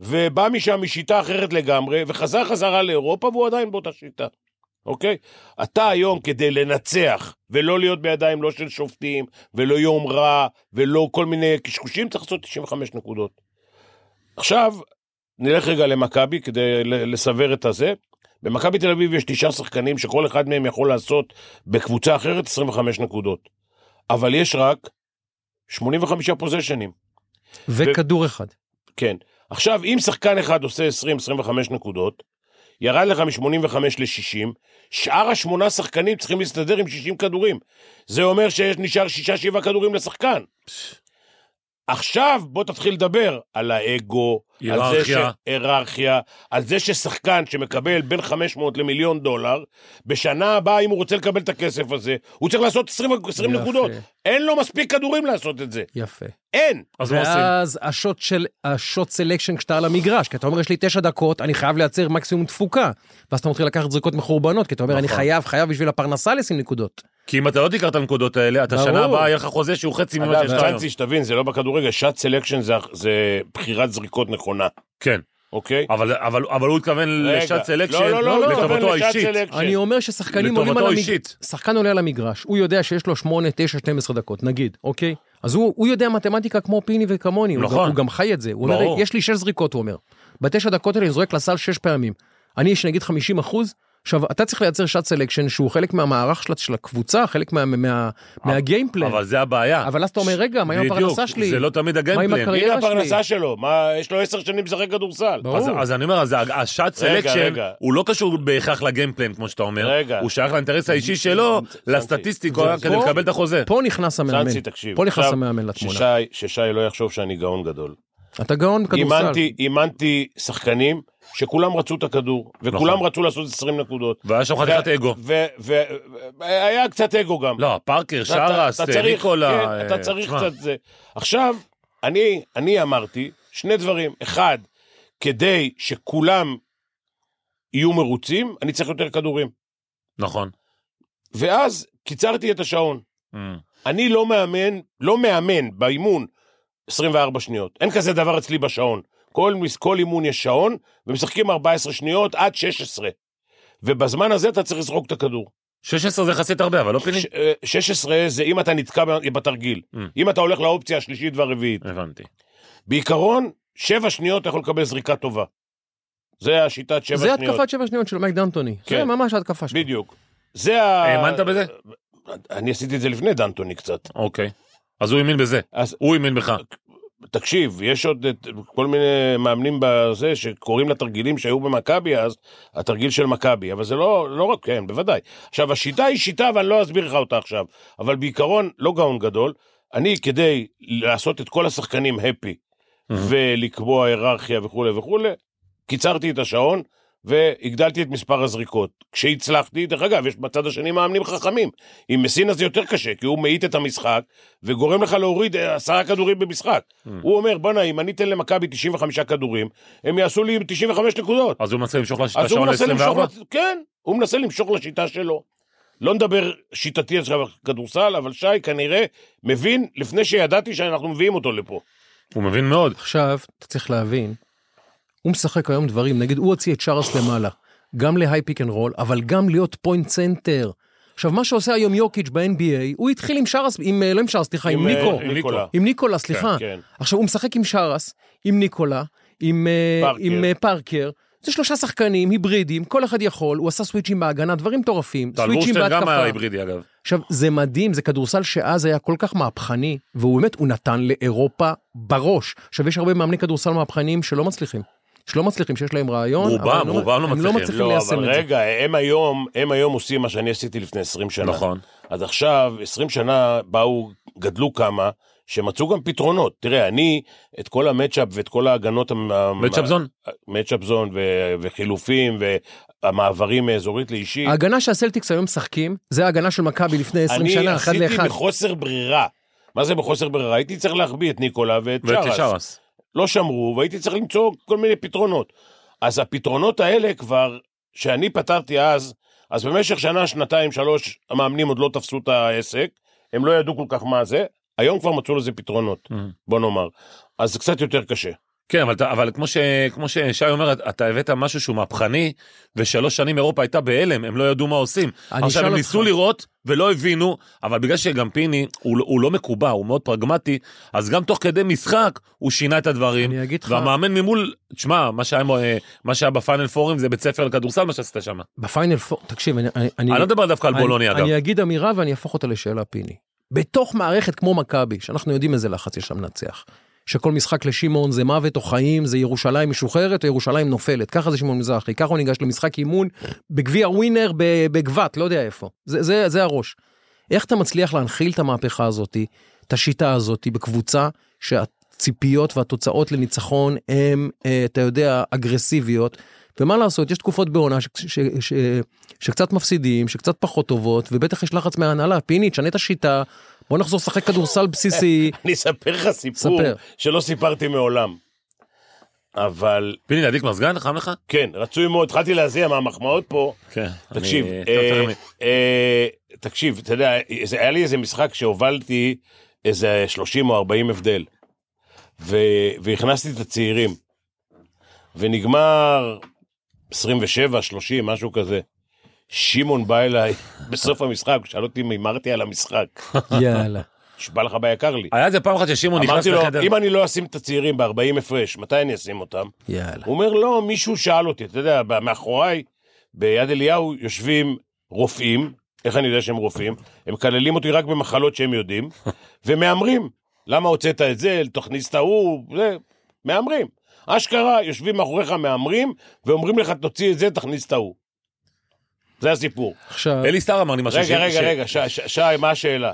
ובא משם משיטה אחרת לגמרי, וחזר חזרה לאירופה, והוא עדיין באותה שיטה, אוקיי? אתה היום, כדי לנצח, ולא להיות בידיים לא של שופטים, ולא יומרה, ולא כל מיני קשקושים, צריך לעשות 95 נקודות. עכשיו, נלך רגע למכבי כדי ל- לסבר את הזה. במכבי תל אביב יש תשעה שחקנים שכל אחד מהם יכול לעשות בקבוצה אחרת 25 נקודות. אבל יש רק 85 פוזיישנים. וכדור אחד. כן. עכשיו, אם שחקן אחד עושה 20-25 נקודות, ירד לך מ-85 ל-60, שאר השמונה שחקנים צריכים להסתדר עם 60 כדורים. זה אומר שנשאר 6-7 כדורים לשחקן. עכשיו בוא תתחיל לדבר על האגו, על זה, ש... היררכיה. היררכיה, על זה ששחקן שמקבל בין 500 למיליון דולר, בשנה הבאה, אם הוא רוצה לקבל את הכסף הזה, הוא צריך לעשות 20, 20 יפה. נקודות. אין לו מספיק כדורים לעשות את זה. יפה. אין. אז מה עושים? ואז השוט של, השוט סלקשן כשאתה על המגרש, כי אתה אומר, יש לי תשע דקות, אני חייב לייצר מקסימום תפוקה. ואז אתה מתחיל לקחת זריקות מחורבנות, כי אתה אומר, אני נכון. חייב, חייב בשביל הפרנסה לשים נקודות. כי אם אתה לא תיקח את הנקודות האלה, אתה ברור. שנה הבאה יהיה לך חוזה שהוא חצי ממה אגב, שיש לך היום. צאנצי, שתבין, זה לא בכדורגל, שעת סלקשן זה, זה בחירת זריקות נכונה, כן. אוקיי? אבל, אבל, אבל הוא התכוון רגע. לשעת סלקשן, לא, לא, לא, לא, לטובתו התכוון לשעת האישית. סלקשן. אני אומר ששחקנים עולים על כן. לטובתו המגרש, האישית. שחקן עולה על המגרש, הוא יודע שיש לו 8, 9, 12 דקות, נגיד, אוקיי? אז הוא, הוא יודע מתמטיקה כמו פיני וכמוני, הוא, גם, נכון. הוא גם חי את זה. הוא אומר, ברור. יש לי 6 זריקות, הוא אומר. בתשע דקות האלה אני זורק לסל 6 פעמים. אני, שנגיד 50 אחוז, עכשיו, אתה צריך לייצר שעת סלקשן שהוא חלק מהמערך של, של הקבוצה, חלק מה, מה, מהגיימפלן. אבל זה הבעיה. אבל אז אתה אומר, רגע, מה עם אה, בדיוק, הפרנסה שלי? זה לא תמיד מה עם הגיימפלן. הקריירה הנה שלי? הפרנסה שלו, מה, יש לו עשר שנים לשחק כדורסל. ברור. אז, אז אני אומר, אז השעת רגע, סלקשן רגע. הוא לא קשור בהכרח לגיימפלן, כמו שאתה אומר. רגע. הוא שייך לאינטרס האישי שלו, לסטטיסטיקות, זה- כדי פה- לקבל את החוזה. פה נכנס המאמן. סנסי, תקשיב. פה נכנס עכשיו, המאמן לתמונה. ששי, ששי לא יחשוב שאני גאון גדול. אתה גאון כדורסל. אימנתי, אימנתי שחקנים שכולם רצו את הכדור, וכולם נכון. רצו לעשות 20 נקודות. והיה שם חתיכת ו- אגו. ו- ו- ו- היה קצת אגו גם. לא, פארקר, אתה- אתה- שרס, אתה צריך- ניקולה. כן, אה, אתה צריך תשמע, קצת זה. עכשיו, אני, אני אמרתי שני דברים. אחד, כדי שכולם יהיו מרוצים, אני צריך יותר כדורים. נכון. ואז קיצרתי את השעון. Mm. אני לא מאמן, לא מאמן באימון 24 שניות. אין כזה דבר אצלי בשעון. כל, מס- כל אימון יש שעון, ומשחקים 14 שניות עד 16. ובזמן הזה אתה צריך לזרוק את הכדור. 16 זה יחסית הרבה, אבל לא פיני. ש- אה, 16 זה אם אתה נתקע ב- בתרגיל. Mm. אם אתה הולך לאופציה השלישית והרביעית. הבנתי. בעיקרון, 7 שניות אתה יכול לקבל זריקה טובה. זה השיטת 7 זה שניות. התקפת שבע שניות של מייק דנטוני. זה כן. ממש ההתקפה שלו. בדיוק. זה ה... האמנת בזה? אה, אני עשיתי את זה לפני דנטוני קצת. אוקיי. אז הוא האמין בזה. אז הוא האמין בך. תקשיב, יש עוד את, כל מיני מאמנים בזה שקוראים לתרגילים שהיו במכבי אז, התרגיל של מכבי, אבל זה לא, לא רק, כן, בוודאי. עכשיו, השיטה היא שיטה, ואני לא אסביר לך אותה עכשיו, אבל בעיקרון, לא גאון גדול, אני כדי לעשות את כל השחקנים הפי, Mm-hmm. ולקבוע היררכיה וכולי וכולי, קיצרתי את השעון. והגדלתי את מספר הזריקות. כשהצלחתי, דרך אגב, יש בצד השני מאמנים חכמים. עם מסינה זה יותר קשה, כי הוא מאיט את המשחק, וגורם לך להוריד אה, עשרה כדורים במשחק. הוא אומר, בואנה, אם אני אתן למכבי 95 כדורים, הם יעשו לי 95 נקודות. אז הוא מנסה למשוך לש- את אז הוא השעון מנסה למשוך, ל-24? לת- כן, הוא מנסה למשוך לשיטה שלו. לא נדבר שיטתי עכשיו על כדורסל, אבל שי כנראה מבין לפני שידעתי שאנחנו מביאים אותו לפה. הוא מבין מאוד. עכשיו, אתה צריך להבין, הוא משחק היום דברים, נגיד הוא הוציא את שרס למעלה, גם להיי פיק אנד רול, אבל גם להיות פוינט סנטר. עכשיו, מה שעושה היום יוקיץ' ב-NBA, הוא התחיל עם שרס, עם, אה, לא עם שרס, סליחה, עם, אה, ניקו. עם ניקולה. עם ניקולה, סליחה. כן. עכשיו, הוא משחק עם שרס, עם ניקולה, עם אה, פארקר. עם, אה, פארקר. זה שלושה שחקנים, היברידים, כל אחד יכול, הוא עשה סוויצ'ים בהגנה, דברים מטורפים, טל סוויצ'ים בורשטיין גם היה בהתקפה. היברידי אגב. עכשיו, זה מדהים, זה כדורסל שאז היה כל כך מהפכני, והוא באמת, הוא נתן לאירופה בראש. עכשיו, יש הרבה מאמני כדורסל מהפכניים שלא מצליחים. שלא מצליחים, שיש להם רעיון, רובם, אבל הם רובם לא הם לא מצליחים. מצליחים לא, ליישם אבל את זה. רגע, הם היום, הם היום עושים מה שאני עשיתי לפני 20 שנה. נכון. אז עכשיו, 20 שנה באו, גדלו כמה, שמצאו גם פתרונות. תראה, אני, את כל המצ'אפ ואת כל ההגנות... המ- מצ'אפ זון. מצ'אפ זון ו- וחילופים והמעברים מאזורית לאישית. ההגנה שהסלטיקס היום משחקים, זה ההגנה של מכבי לפני 20 שנה, אחד אני עשיתי לאחד. בחוסר ברירה. מה זה בחוסר ברירה? הייתי צריך להחביא את ניקולה ואת ואת שרס. שרס. לא שמרו, והייתי צריך למצוא כל מיני פתרונות. אז הפתרונות האלה כבר, שאני פתרתי אז, אז במשך שנה, שנתיים, שלוש, המאמנים עוד לא תפסו את העסק, הם לא ידעו כל כך מה זה, היום כבר מצאו לזה פתרונות, Mhm. בוא נאמר. אז זה קצת יותר קשה. כן, אבל, אתה- אבל כמו, ש, כמו ששי אומר, אתה הבאת משהו שהוא מהפכני, ושלוש שנים אירופה הייתה בהלם, הם לא ידעו מה עושים. אני עכשיו, אשאל הם אותך. ניסו לראות ולא הבינו, אבל בגלל שגם פיני, הוא, לא- הוא לא מקובע, הוא מאוד פרגמטי, אז גם תוך כדי משחק, הוא שינה את הדברים. אני אגיד לך- והמאמן ממול, תשמע, מה שהיה, אה, מה שהיה בפאנל פורים זה בית ספר לכדורסל, מה שעשית שם. בפיינל פור, תקשיב, אני... אני לא מדבר דווקא על בולוני, אני- אגב. אני אגיד אמירה ואני אהפוך אותה לשאלה פיני. בתוך מערכת כמו מכבי, שאנחנו יודעים איזה לחץ יש שם לנצח, שכל משחק לשמעון זה מוות או חיים, זה ירושלים משוחררת או ירושלים נופלת, ככה זה שמעון מזרחי, ככה הוא ניגש למשחק אימון בגביע ווינר ב- בגבת, לא יודע איפה. זה, זה, זה הראש. איך אתה מצליח להנחיל את המהפכה הזאת, את השיטה הזאת, בקבוצה שהציפיות והתוצאות לניצחון הן, אה, אתה יודע, אגרסיביות. ומה לעשות, יש תקופות בעונה ש- ש- ש- שקצת מפסידים, שקצת פחות טובות, ובטח יש לחץ מההנהלה, פיני, תשנה את השיטה, בוא נחזור לשחק כדורסל בסיסי. אני אספר לך סיפור ספר. שלא סיפרתי מעולם. אבל פיני, להדליק מזגן, חם לך? כן, רצוי מאוד, התחלתי להזיע מהמחמאות פה. כן. תקשיב, אה, אה, תקשיב, אתה יודע, זה- היה לי איזה משחק שהובלתי איזה 30 או 40 הבדל, ו- והכנסתי את הצעירים, ונגמר 27, 30, משהו כזה. שמעון בא אליי בסוף המשחק, שאל אותי אם הימרתי על המשחק. יאללה. נשבע לך ביקר לי. היה איזה פעם אחת ששמעון נכנס אמרתי לו, לחדר. אם אני לא אשים את הצעירים ב-40 הפרש, מתי אני אשים אותם? יאללה. הוא אומר, לא, מישהו שאל אותי, אתה יודע, ב- מאחוריי, ביד אליהו יושבים רופאים, איך אני יודע שהם רופאים? הם מקללים אותי רק במחלות שהם יודעים, ומהמרים. למה הוצאת את זה, תכניס את ההוא, זה, מהמרים. אשכרה, יושבים מאחוריך מהמרים, ואומרים לך, תוציא את זה, תכניס את ההוא. זה הסיפור. עכשיו, אלי סטאר אמר לי משהו. ש- רגע, רגע, ש- רגע, שי, שי, שי, מה השאלה?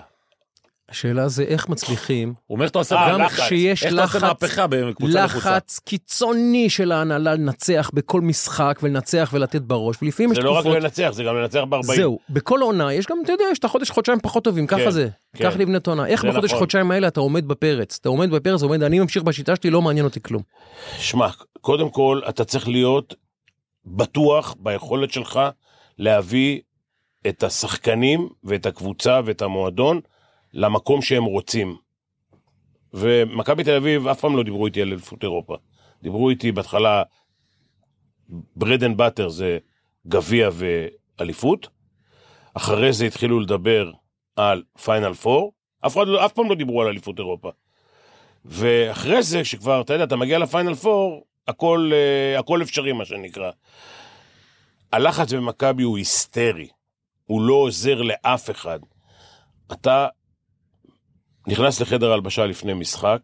השאלה זה איך מצליחים, הוא אומר שאתה עושה אה, גם גם לחץ. כשיש איך אתה עושה לחץ, מהפכה בקבוצה לחוצה. לחץ קיצוני של ההנהלה לנצח בכל משחק ולנצח ולתת בראש, ולפעמים יש זה לא רק תקופות... לנצח, זה גם לנצח ב-40. זהו, בכל עונה יש גם, אתה יודע, יש את החודש, חודשיים פחות טובים, ככה כן, זה. כן. ככה נבנית עונה. איך זה בחודש, נכון. חודשיים האלה אתה עומד בפרץ? אתה עומד בפרץ, עומד, אני ממשיך בשיטה שלי, לא מעניין אותי כלום. שמע, קודם כל, אתה צריך להיות בטוח ביכולת שלך להביא את השחקנים ואת הקבוצה ואת המועדון למקום שהם רוצים. ומכבי תל אביב אף פעם לא דיברו איתי על אליפות אירופה. דיברו איתי בהתחלה, ברד אנד באטר זה גביע ואליפות. אחרי זה התחילו לדבר על פיינל פור. אף, אחד לא- אף פעם לא דיברו על אליפות אירופה. ואחרי זה, כשכבר, אתה יודע, אתה מגיע לפיינל פור, הכל, אה, הכל אפשרי, מה שנקרא. הלחץ במכבי הוא היסטרי, הוא לא עוזר לאף אחד. אתה נכנס לחדר הלבשה לפני משחק,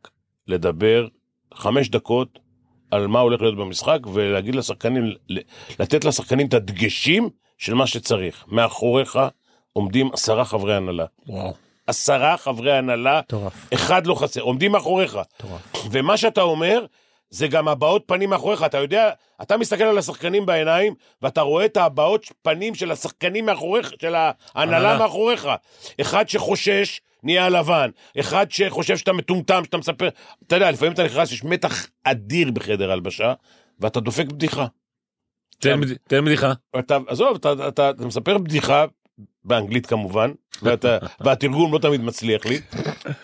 לדבר חמש דקות על מה הולך להיות במשחק, ולהגיד לשחקנים, ל- לתת לשחקנים את הדגשים של מה שצריך. מאחוריך עומדים עשרה חברי הנהלה. וואו. עשרה חברי הנהלה מטורף. אחד לא חסר, עומדים מאחוריך. מטורף. ומה שאתה אומר, זה גם הבעות פנים מאחוריך. אתה יודע, אתה מסתכל על השחקנים בעיניים, ואתה רואה את הבעות פנים של השחקנים מאחוריך, של ההנהלה הנהלה. מאחוריך. אחד שחושש, נהיה לבן. אחד שחושב שאתה מטומטם, שאתה מספר... אתה יודע, לפעמים אתה נכנס, יש מתח אדיר בחדר הלבשה, ואתה דופק בדיחה. תן בד- תן בדיחה. אתה, עזוב, אתה, אתה, אתה, אתה מספר בדיחה, באנגלית כמובן, ואתה, והתרגום לא תמיד מצליח לי,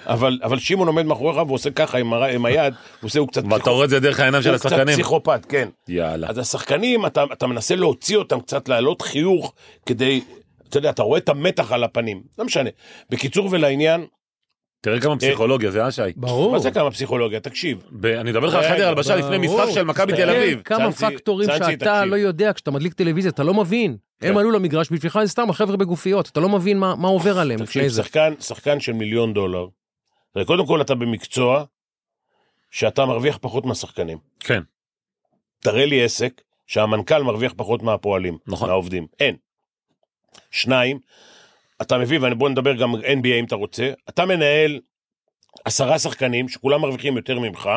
אבל, אבל שמעון עומד מאחוריך ועושה ככה עם, הר- עם היד, הוא עושה, הוא קצת, ואתה רואה את זה דרך העיניים של הוא קצת השחקנים. פסיכופת, כן. יאללה. אז השחקנים, אתה, אתה מנסה להוציא אותם קצת, להעלות חיוך, כדי, אתה יודע, אתה רואה את המתח על הפנים, לא משנה. בקיצור ולעניין, תראה כמה פסיכולוגיה זה, אה, שי? ברור. מה זה כמה פסיכולוגיה? תקשיב. ב- אני מדבר לך על רגע, חדר הלבשה ברור. לפני משחק של מכבי תל תסתכל. אביב. כמה צאנזי- פקטורים צאנזי, שאתה תקשיב. כן. לא יודע כשאתה מדליק טלוויזיה, אתה לא מבין. הם עלו למגרש, בשבילך זה סתם החבר'ה בגופיות, אתה לא מבין מה מה עובר עליהם לפני תקשיב, זה. שחקן, שחקן של מיליון דולר, הרי קודם כל אתה במקצוע שאתה מרוויח פחות מהשחקנים. כן. תראה לי עסק שהמנכ"ל מרוויח פחות מהפועלים, נכון. מהעובדים, אין. שניים, אתה מביא, ובוא נדבר גם NBA אם אתה רוצה, אתה מנהל עשרה שחקנים שכולם מרוויחים יותר ממך,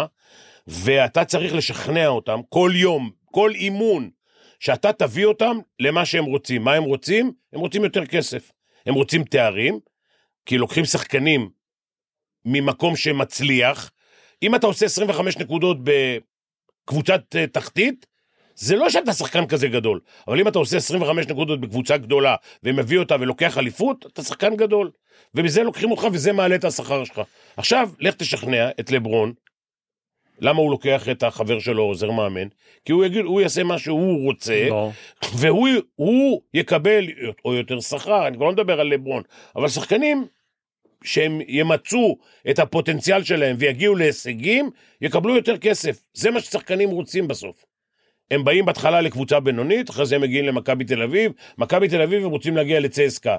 ואתה צריך לשכנע אותם כל יום, כל אימון, שאתה תביא אותם למה שהם רוצים. מה הם רוצים? הם רוצים יותר כסף. הם רוצים תארים, כי לוקחים שחקנים ממקום שמצליח. אם אתה עושה 25 נקודות בקבוצת אה, תחתית, זה לא שאתה שחקן כזה גדול, אבל אם אתה עושה 25 נקודות בקבוצה גדולה ומביא אותה ולוקח אליפות, אתה שחקן גדול. ומזה לוקחים אותך וזה מעלה את השכר שלך. עכשיו, לך תשכנע את לברון, למה הוא לוקח את החבר שלו, עוזר מאמן, כי הוא יגיד, הוא יעשה מה שהוא רוצה, ברור. והוא הוא יקבל או יותר שכר, אני כבר לא מדבר על לברון, אבל שחקנים שהם ימצו את הפוטנציאל שלהם ויגיעו להישגים, יקבלו יותר כסף. זה מה ששחקנים רוצים בסוף. הם באים בהתחלה לקבוצה בינונית, אחרי זה הם מגיעים למכבי תל אביב, מכבי תל אביב הם רוצים להגיע לצסקה.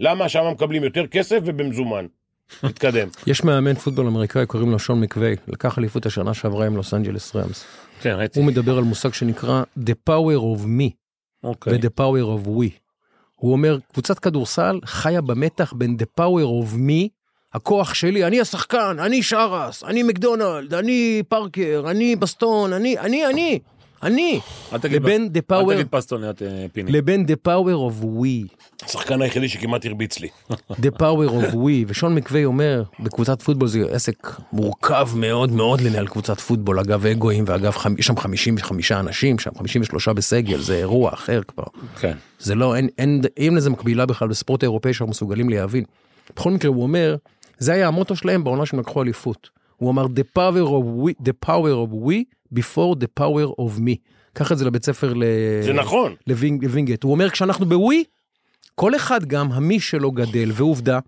למה שם מקבלים יותר כסף ובמזומן? מתקדם. יש מאמן פוטבול אמריקאי, קוראים לו שון מקווי, לקח אליפות השנה שעברה עם לוס אנג'לס רמס. כן, ראיתי. הוא מדבר על מושג שנקרא The Power of Me אוקיי. ו-The Power of We. הוא אומר, קבוצת כדורסל חיה במתח בין The Power of Me, הכוח שלי, אני השחקן, אני שרס, אני מקדונלד, אני פארקר, אני בסטון, אני, אני, אני, אני, אל תגיד לבין The אל Power, תגיד פסטוניות אה, פיני. לבין The Power of We. השחקן היחידי שכמעט הרביץ לי. The Power of We, ושון מקווי אומר, בקבוצת פוטבול זה עסק מורכב מאוד מאוד לנהל קבוצת פוטבול, אגב אגואים, ואגב חמ- יש שם 55 אנשים, שם 53 בסגל, זה אירוע אחר כבר. כן. זה לא, אין, אין, אין לזה מקבילה בכלל בספורט האירופאי שאנחנו מסוגלים להבין. בכל מקרה הוא אומר, זה היה המוטו שלהם בעונה שהם לקחו אליפות. הוא אמר, the power of we, the power of we before the power of me. קח את זה לבית ספר ל... זה נכון. לווינג, לווינגייט. הוא אומר, כשאנחנו בווי, כל אחד גם, המי שלו גדל, ועובדה,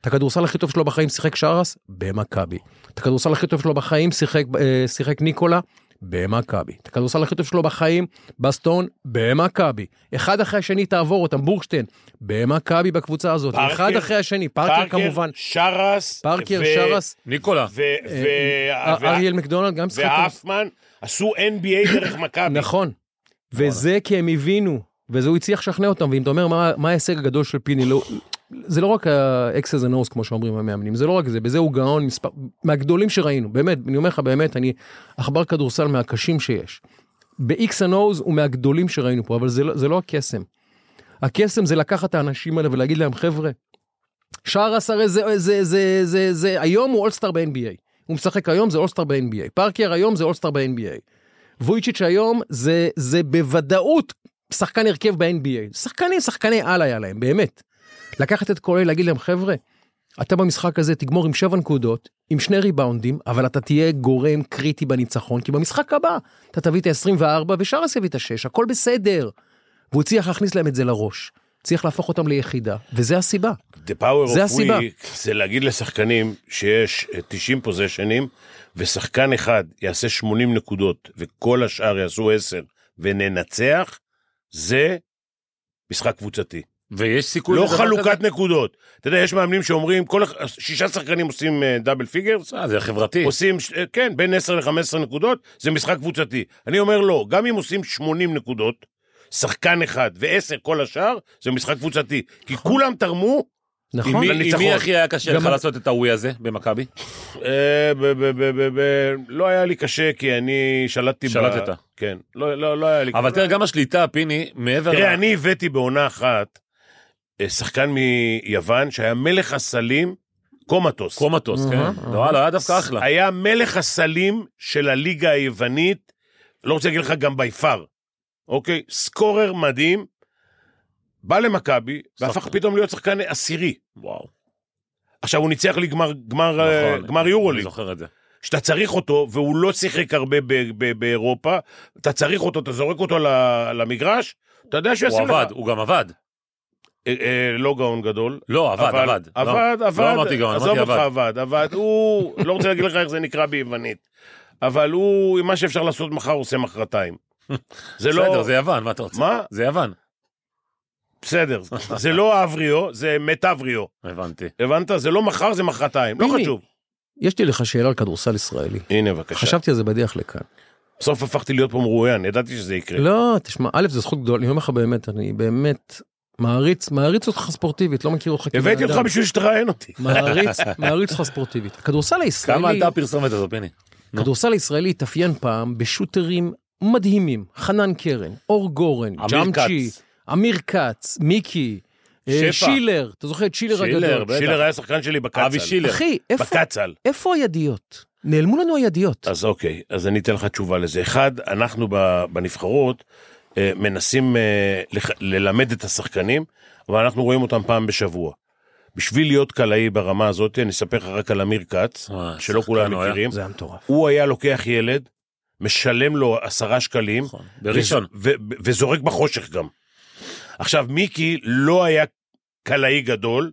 את הכדורסל הכי טוב שלו בחיים שיחק שרס במכבי. את הכדורסל הכי טוב שלו בחיים שיחק, אה, שיחק ניקולה במכבי. את הכדורסל הכי טוב שלו בחיים, בסטון, במכבי. אחד אחרי השני תעבור אותם, בורשטיין, במכבי בקבוצה הזאת. פארקר, אחד אחרי השני, פארקר כמובן, שרס, פארקר, ו- שרס, ניקולה, ו- ו- אה, ו- אריאל מקדונלד גם שיחק. והאפמן עשו NBA דרך מכבי. נכון. וזה כי הם הבינו, וזה הוא הצליח לשכנע אותם, ואם אתה אומר מה- מה ההישג הגדול של פיני, לא- זה לא רק ה-X's and O's כמו שאומרים המאמנים, זה לא רק זה, בזה הוא גאון מספר, מהגדולים שראינו, באמת, אני אומר לך באמת, אני עכבר כדורסל מהקשים שיש. ב-X and O's הוא מהגדולים שראינו פה, אבל זה לא- זה לא הקסם. הקסם זה לקחת את האנשים האלה ולהגיד להם, חבר'ה, שרס הרי זה, זה, זה, זה, זה, היום הוא אולסטאר ב-NBA. הוא משחק היום, זה אולסטאר ב-NBA. פארקר היום זה אולסטאר ב-NBA. וויצ'יץ' היום זה, זה בוודאות שחקן הרכב ב-NBA. שחקנים, שחקני על היה להם, באמת. לקחת את כל אלה, להגיד להם, חבר'ה, אתה במשחק הזה תגמור עם שבע נקודות, עם שני ריבאונדים, אבל אתה תהיה גורם קריטי בניצחון, כי במשחק הבא אתה תביא את ה-24 ושרס יביא את ה-6, הכל בסדר. והוא הצליח להכניס להם את זה לראש. הצליח להפוך אותם ליחידה, וזה הסיבה. The power זה of הסיבה. weak זה להגיד לשחקנים שיש אה, 90 פוזיישנים ושחקן אחד יעשה 80 נקודות וכל השאר יעשו 10 וננצח, זה משחק קבוצתי. ויש סיכוי לא לדבר חלוקת כזה? נקודות. אתה יודע, יש מאמנים שאומרים, כל הח- שישה שחקנים עושים דאבל פיגרס, אה, זה חברתי. עושים, ש- אה, כן, בין 10 ל-15 נקודות, זה משחק קבוצתי. אני אומר לא, גם אם עושים 80 נקודות, שחקן אחד ועשר כל השאר, זה משחק קבוצתי. כי כולם תרמו עם נכון? מי- עם לניצחון. מי הכי היה קשה גם לך אני- לעשות את הווי הזה במכבי? אה, ב- ב- ב- ב- ב- לא היה לי קשה כי אני שלטתי ב... שלטת. כן, לא- לא לא היה לי אבל קשה. תראה, גם השליטה, פיני, מעבר... תראה, ל- אני הבאתי בעונה אחת אה, שחקן מיוון שהיה מלך הסלים, קומטוס. קומטוס, כן. וואלה, היה דווקא אחלה. היה מלך הסלים של הליגה היוונית, לא רוצה להגיד לך גם בי פאר, אוקיי? סקורר מדהים, בא למכבי, והפך פתאום להיות שחקן עשירי. וואו, עכשיו הוא ניצח לי גמר, גמר, אה, נכון. גמר יורו אני ליג. זוכר את זה. שאתה צריך אותו, והוא לא שיחק הרבה ב- ב- באירופה, אתה צריך אותו, אתה זורק אותו ל- למגרש, אתה יודע שהוא הוא ישים לך... עבד, הוא גם עבד. אה, אה, לא גאון גדול. לא, עבד, אבל- עבד. לא, עבד, עבד. לא אמרתי גאון, עזוב אמרתי אותך, עבד. עבד, עבד. הוא, לא רוצה להגיד לך איך זה נקרא ביוונית, אבל הוא, מה שאפשר לעשות מחר, הוא עושה מחרתיים. זה לא... בסדר, זה יוון, מה אתה רוצה? מה? זה יוון. בסדר. זה לא אבריו, זה מטאבריו. הבנתי. הבנת? זה לא מחר, זה מחרתיים. לא פיני. חשוב. יש לי לך שאלה על כדורסל ישראלי. הנה, בבקשה. חשבתי על זה בדרך לכאן. בסוף הפכתי להיות פה מרואיין, ידעתי שזה יקרה. לא, תשמע, א', זו זכות גדולה, אני אומר לך באמת, אני באמת מעריץ, מעריץ אותך ספורטיבית, לא מכיר אותך כבן אדם. הבאתי אותך בשביל שתראיין אותי. מעריץ, מעריץ אותך ספורטיבית. הכדורסל כמה הישראלי, עלתה הפרסומת הזו, פיני? אה, הכדורסל הישראלי התאפיין פעם בשוטרים מדהימים, חנן קרן, אור גורן, עמיר ג'אמצ'י, כץ. אמיר כץ, מיקי, אה, שפע. שילר, אתה זוכר את שילר שילר, הגדול? בטח. שילר היה שחקן שלי בקצל. אבי שילר. אחי, איפה- בקצל. איפה הידיות? נעלמו לנו הידיות. אז אוקיי, אז אני אתן לך תשובה לזה. אחד, אנחנו ב- בנבחרות אה, מנסים אה, לח- ללמד את השחקנים, אבל אנחנו רואים אותם פעם בשבוע. בשביל להיות קלעי ברמה הזאת, אני אספר לך רק על אמיר כץ, אה, שחקן שלא כולם הוא היה. מכירים. זה היה מטורף. הוא היה לוקח ילד, משלם לו עשרה שקלים, נכון. בראשון. ו- ו- וזורק בחושך גם. עכשיו, מיקי לא היה קלעי גדול,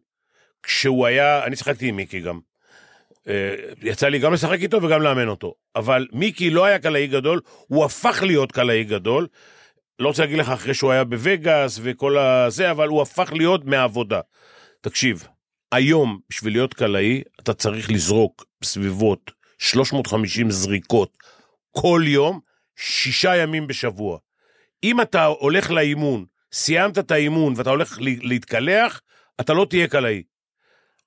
כשהוא היה, אני שיחקתי עם מיקי גם. אה, יצא לי גם לשחק איתו וגם לאמן אותו. אבל מיקי לא היה קלעי גדול, הוא הפך להיות קלעי גדול. לא רוצה להגיד לך אחרי שהוא היה בווגאס וכל הזה, אבל הוא הפך להיות מהעבודה. תקשיב, היום בשביל להיות קלעי, אתה צריך לזרוק בסביבות 350 זריקות כל יום, שישה ימים בשבוע. אם אתה הולך לאימון, סיימת את האימון ואתה הולך ל- להתקלח, אתה לא תהיה קלעי.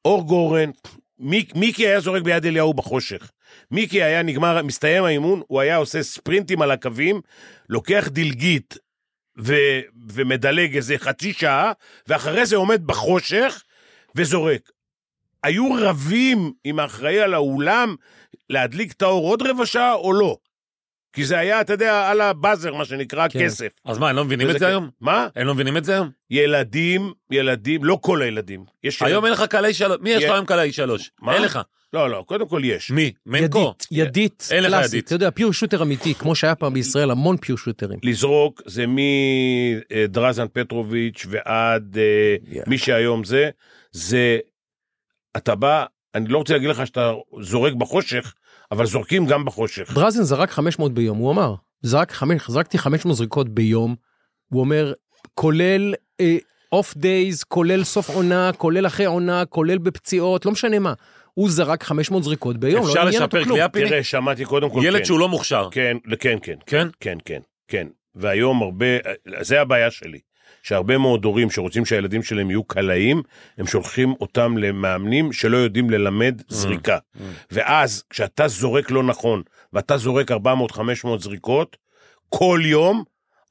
אור גורן, מיק, מיקי היה זורק ביד אליהו בחושך. מיקי היה נגמר, מסתיים האימון, הוא היה עושה ספרינטים על הקווים, לוקח דלגית ו, ומדלג איזה חצי שעה, ואחרי זה עומד בחושך וזורק. היו רבים עם האחראי על האולם להדליק את האור עוד רבע שעה או לא. כי זה היה, אתה יודע, על הבאזר, מה שנקרא, כן. כסף. אז מה, הם לא מבינים וזה כן. את זה כ- היום? מה? הם לא מבינים את זה היום? ילדים, ילדים, לא כל הילדים. יש היום ילדים- אין לך קלעי שלוש. מי יש לך יה- היום קלעי שלוש? מה? אין לך. לא, לא, קודם כל יש. מי? מנקו. ידית, ידית, אין לך קלאסית, ידית. אתה יודע, פיור שוטר אמיתי, כמו שהיה פעם בישראל, המון פיור שוטרים. לזרוק זה מדרזן פטרוביץ' ועד אה, Yeah. מי שהיום זה, זה, אתה בא, אני לא רוצה להגיד לך שאתה זורק בחושך, אבל זורקים גם בחושך. דרזן זרק 500 ביום, הוא אמר. זרק חמש, זרקתי 500 זריקות ביום. הוא אומר, כולל אוף דייז, כולל סוף עונה, כולל אחרי עונה, כולל בפציעות, לא משנה מה. הוא זרק 500 זריקות ביום, אפשר לא עניין אותו לשפר כלום. קליעה פיני? תראה, שמעתי קודם כל, ילד כן. שהוא לא מוכשר. כן, כן, כן, כן? כן, כן, כן. והיום הרבה, זה הבעיה שלי, שהרבה מאוד הורים שרוצים שהילדים שלהם יהיו קלעים, הם שולחים אותם למאמנים שלא יודעים Mm, ללמד זריקה. ואז, כשאתה זורק לא נכון, ואתה זורק 400-500 זריקות, כל יום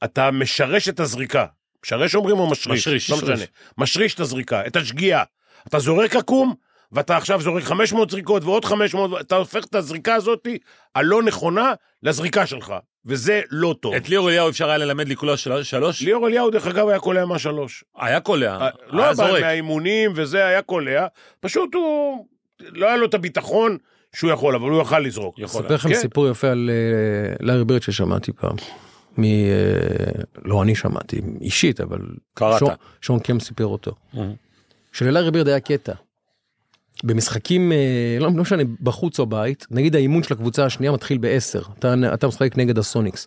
אתה משרש את הזריקה. משרש אומרים או משריש? משריש, לא משריש. משנה. משריש את הזריקה, את השגיאה. אתה זורק עקום, ואתה עכשיו זורק 500 זריקות ועוד 500, אתה הופך את הזריקה הזאת הלא נכונה לזריקה שלך, וזה לא טוב. את ליאור אליהו אפשר היה ללמד לקלוע של- שלוש? ליאור אליהו, דרך אגב, היה קולע מהשלוש. היה קולע, לא אה, היה הבעיה זורק. מהאימונים וזה, היה קולע, פשוט הוא, לא היה לו את הביטחון שהוא יכול, אבל הוא יכל לזרוק. יכול. אספר לכם כן. סיפור יפה על אה, לארי בירד ששמעתי פעם. מ... אה, לא אני שמעתי אישית, אבל קראת. שון, שון קם סיפר אותו. אהה. שללארי בירד היה קטע. במשחקים, אה, לא לא משנה, בחוץ או בית, נגיד האימון של הקבוצה השנייה מתחיל ב-10, אתה, אתה משחק נגד הסוניקס.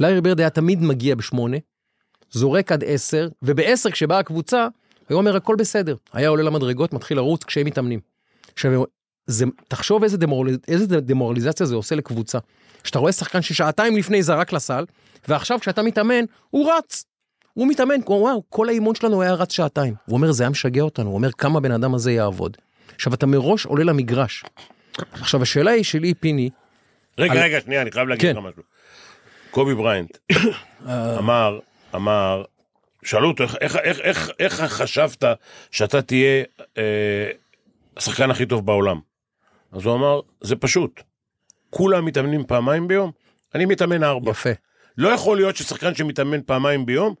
לארי בירד היה תמיד מגיע ב-8, זורק עד 10, וב-10 כשבאה הקבוצה, היה אומר הכל בסדר. היה עולה למדרגות, מתחיל לרוץ כשהם מתאמנים. עכשיו, זה, תחשוב איזה, דמורליז, איזה דמורליזציה זה עושה לקבוצה. שאתה רואה שחקן ששעתיים לפני זרק לסל, ועכשיו כשאתה מתאמן, הוא רץ. הוא מתאמן, הוא וואו, כל האימון שלנו היה רץ שעתיים. הוא אומר, זה היה משגע אותנו, הוא אומר, כמה בן אדם הזה יעבוד. עכשיו, אתה מראש עולה למגרש. עכשיו, השאלה היא שלי, פיני, רגע, על- רגע, שנייה, אני חייב להגיד כן. לך משהו. קובי בריינט אמר, אמר, שאלו אותו, "איך- איך- איך- איך- איך חשבת שאתה תהיה אה, השחקן הכי טוב בעולם? אז הוא אמר, זה פשוט. כולם מתאמנים פעמיים ביום, אני מתאמן ארבע. יפה. לא יכול להיות ששחקן שמתאמן פעמיים ביום,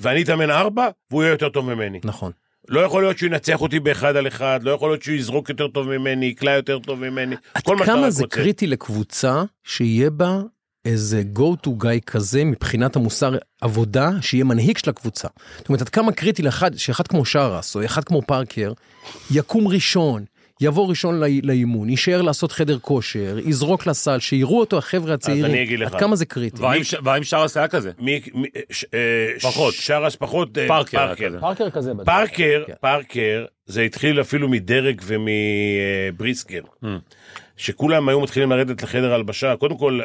ואני אתאמן ארבע, והוא יהיה יותר טוב ממני. נכון. לא יכול להיות שהוא ינצח אותי באחד על אחד, לא יכול להיות שהוא יזרוק יותר טוב ממני, יקלע יותר טוב ממני, עד כל מה שאתה רק כמה רוצה. זה קריטי לקבוצה שיהיה בה איזה go to guy כזה מבחינת המוסר עבודה, שיהיה מנהיג של הקבוצה. זאת אומרת, עד כמה קריטי לאחד, שאחד כמו שרס או אחד כמו פארקר, יקום ראשון. יבוא ראשון לא- לאימון, יישאר לעשות חדר כושר, יזרוק לסל, שיראו אותו החבר'ה הצעירים. אני אגיד לך. עד כמה זה קריטי. והאם ש- והאם שרס היה כזה? מי, מי, ש, אה, פחות. ש- שרס פחות. אה, פארקר היה פארקר. כזה. פארקר כזה. בטח. פארקר, כן. פארקר, זה התחיל אפילו מדרג ומבריסקר, Hmm. שכולם היו מתחילים לרדת לחדר הלבשה. קודם כל,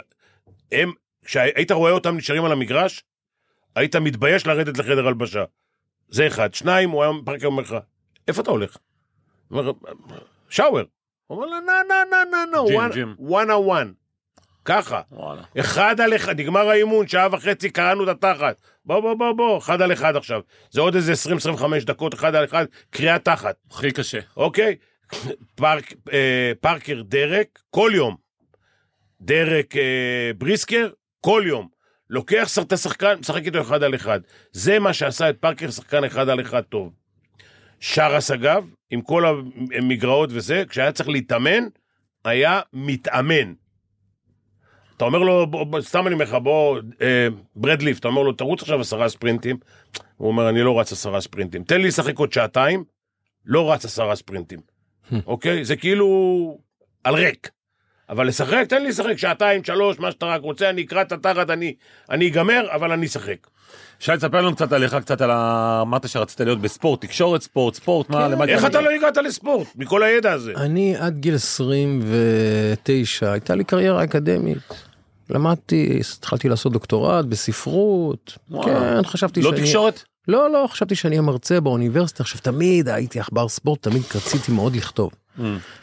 הם, כשהיית רואה אותם נשארים על המגרש, היית מתבייש לרדת לחדר הלבשה. זה אחד. שניים, הוא היה, פארקר אומר לך, איפה אתה הולך? הוא אומר, שאוור. הוא אומר לו, נה, נה, נה, נה, נה, ג'ים, one- ג'ים." one on one. ככה. וואלה. אחד על אחד, נגמר האימון, שעה וחצי קראנו את התחת. בוא, בוא, בוא, בוא, אחד על אחד עכשיו. זה עוד איזה 20-25 דקות, אחד על אחד, קריאה תחת, הכי קשה. אוקיי? פארק, אה, פארקר דרק, כל יום. דרק אה, בריסקר, כל יום. לוקח ש- את השחקן, משחק איתו אחד על אחד. זה מה שעשה את פארקר שחקן אחד על אחד טוב. שרס אגב, עם כל המגרעות וזה, כשהיה צריך להתאמן, היה מתאמן. אתה אומר לו, בוא, בוא, סתם אני אומר לך, בוא, אה, ברדליף, אתה אומר לו, תרוץ עכשיו עשרה ספרינטים. הוא אומר, אני לא רץ עשרה ספרינטים. תן לי לשחק עוד שעתיים, לא רץ עשרה ספרינטים. אוקיי? זה כאילו על ריק. אבל לשחק, תן לי לשחק שעתיים, שלוש, מה שאתה רק רוצה, אני אקרא את התחת, אני, אני אגמר, אבל אני אשחק. שי, תספר לנו קצת עליך, קצת על ה- אמרת שרצית להיות בספורט, תקשורת, ספורט, ספורט, מה, למה איך הגעת? אתה לא הגעת לספורט, מכל הידע הזה? אני עד גיל 29, הייתה לי קריירה אקדמית. למדתי, התחלתי לעשות דוקטורט בספרות. וואו. כן, חשבתי לא שאני... תקשורת? אה, לא, לא, חשבתי שאני המרצה באוניברסיטה. עכשיו, תמיד הייתי עכבר ספורט, תמיד רציתי מאוד לכתוב.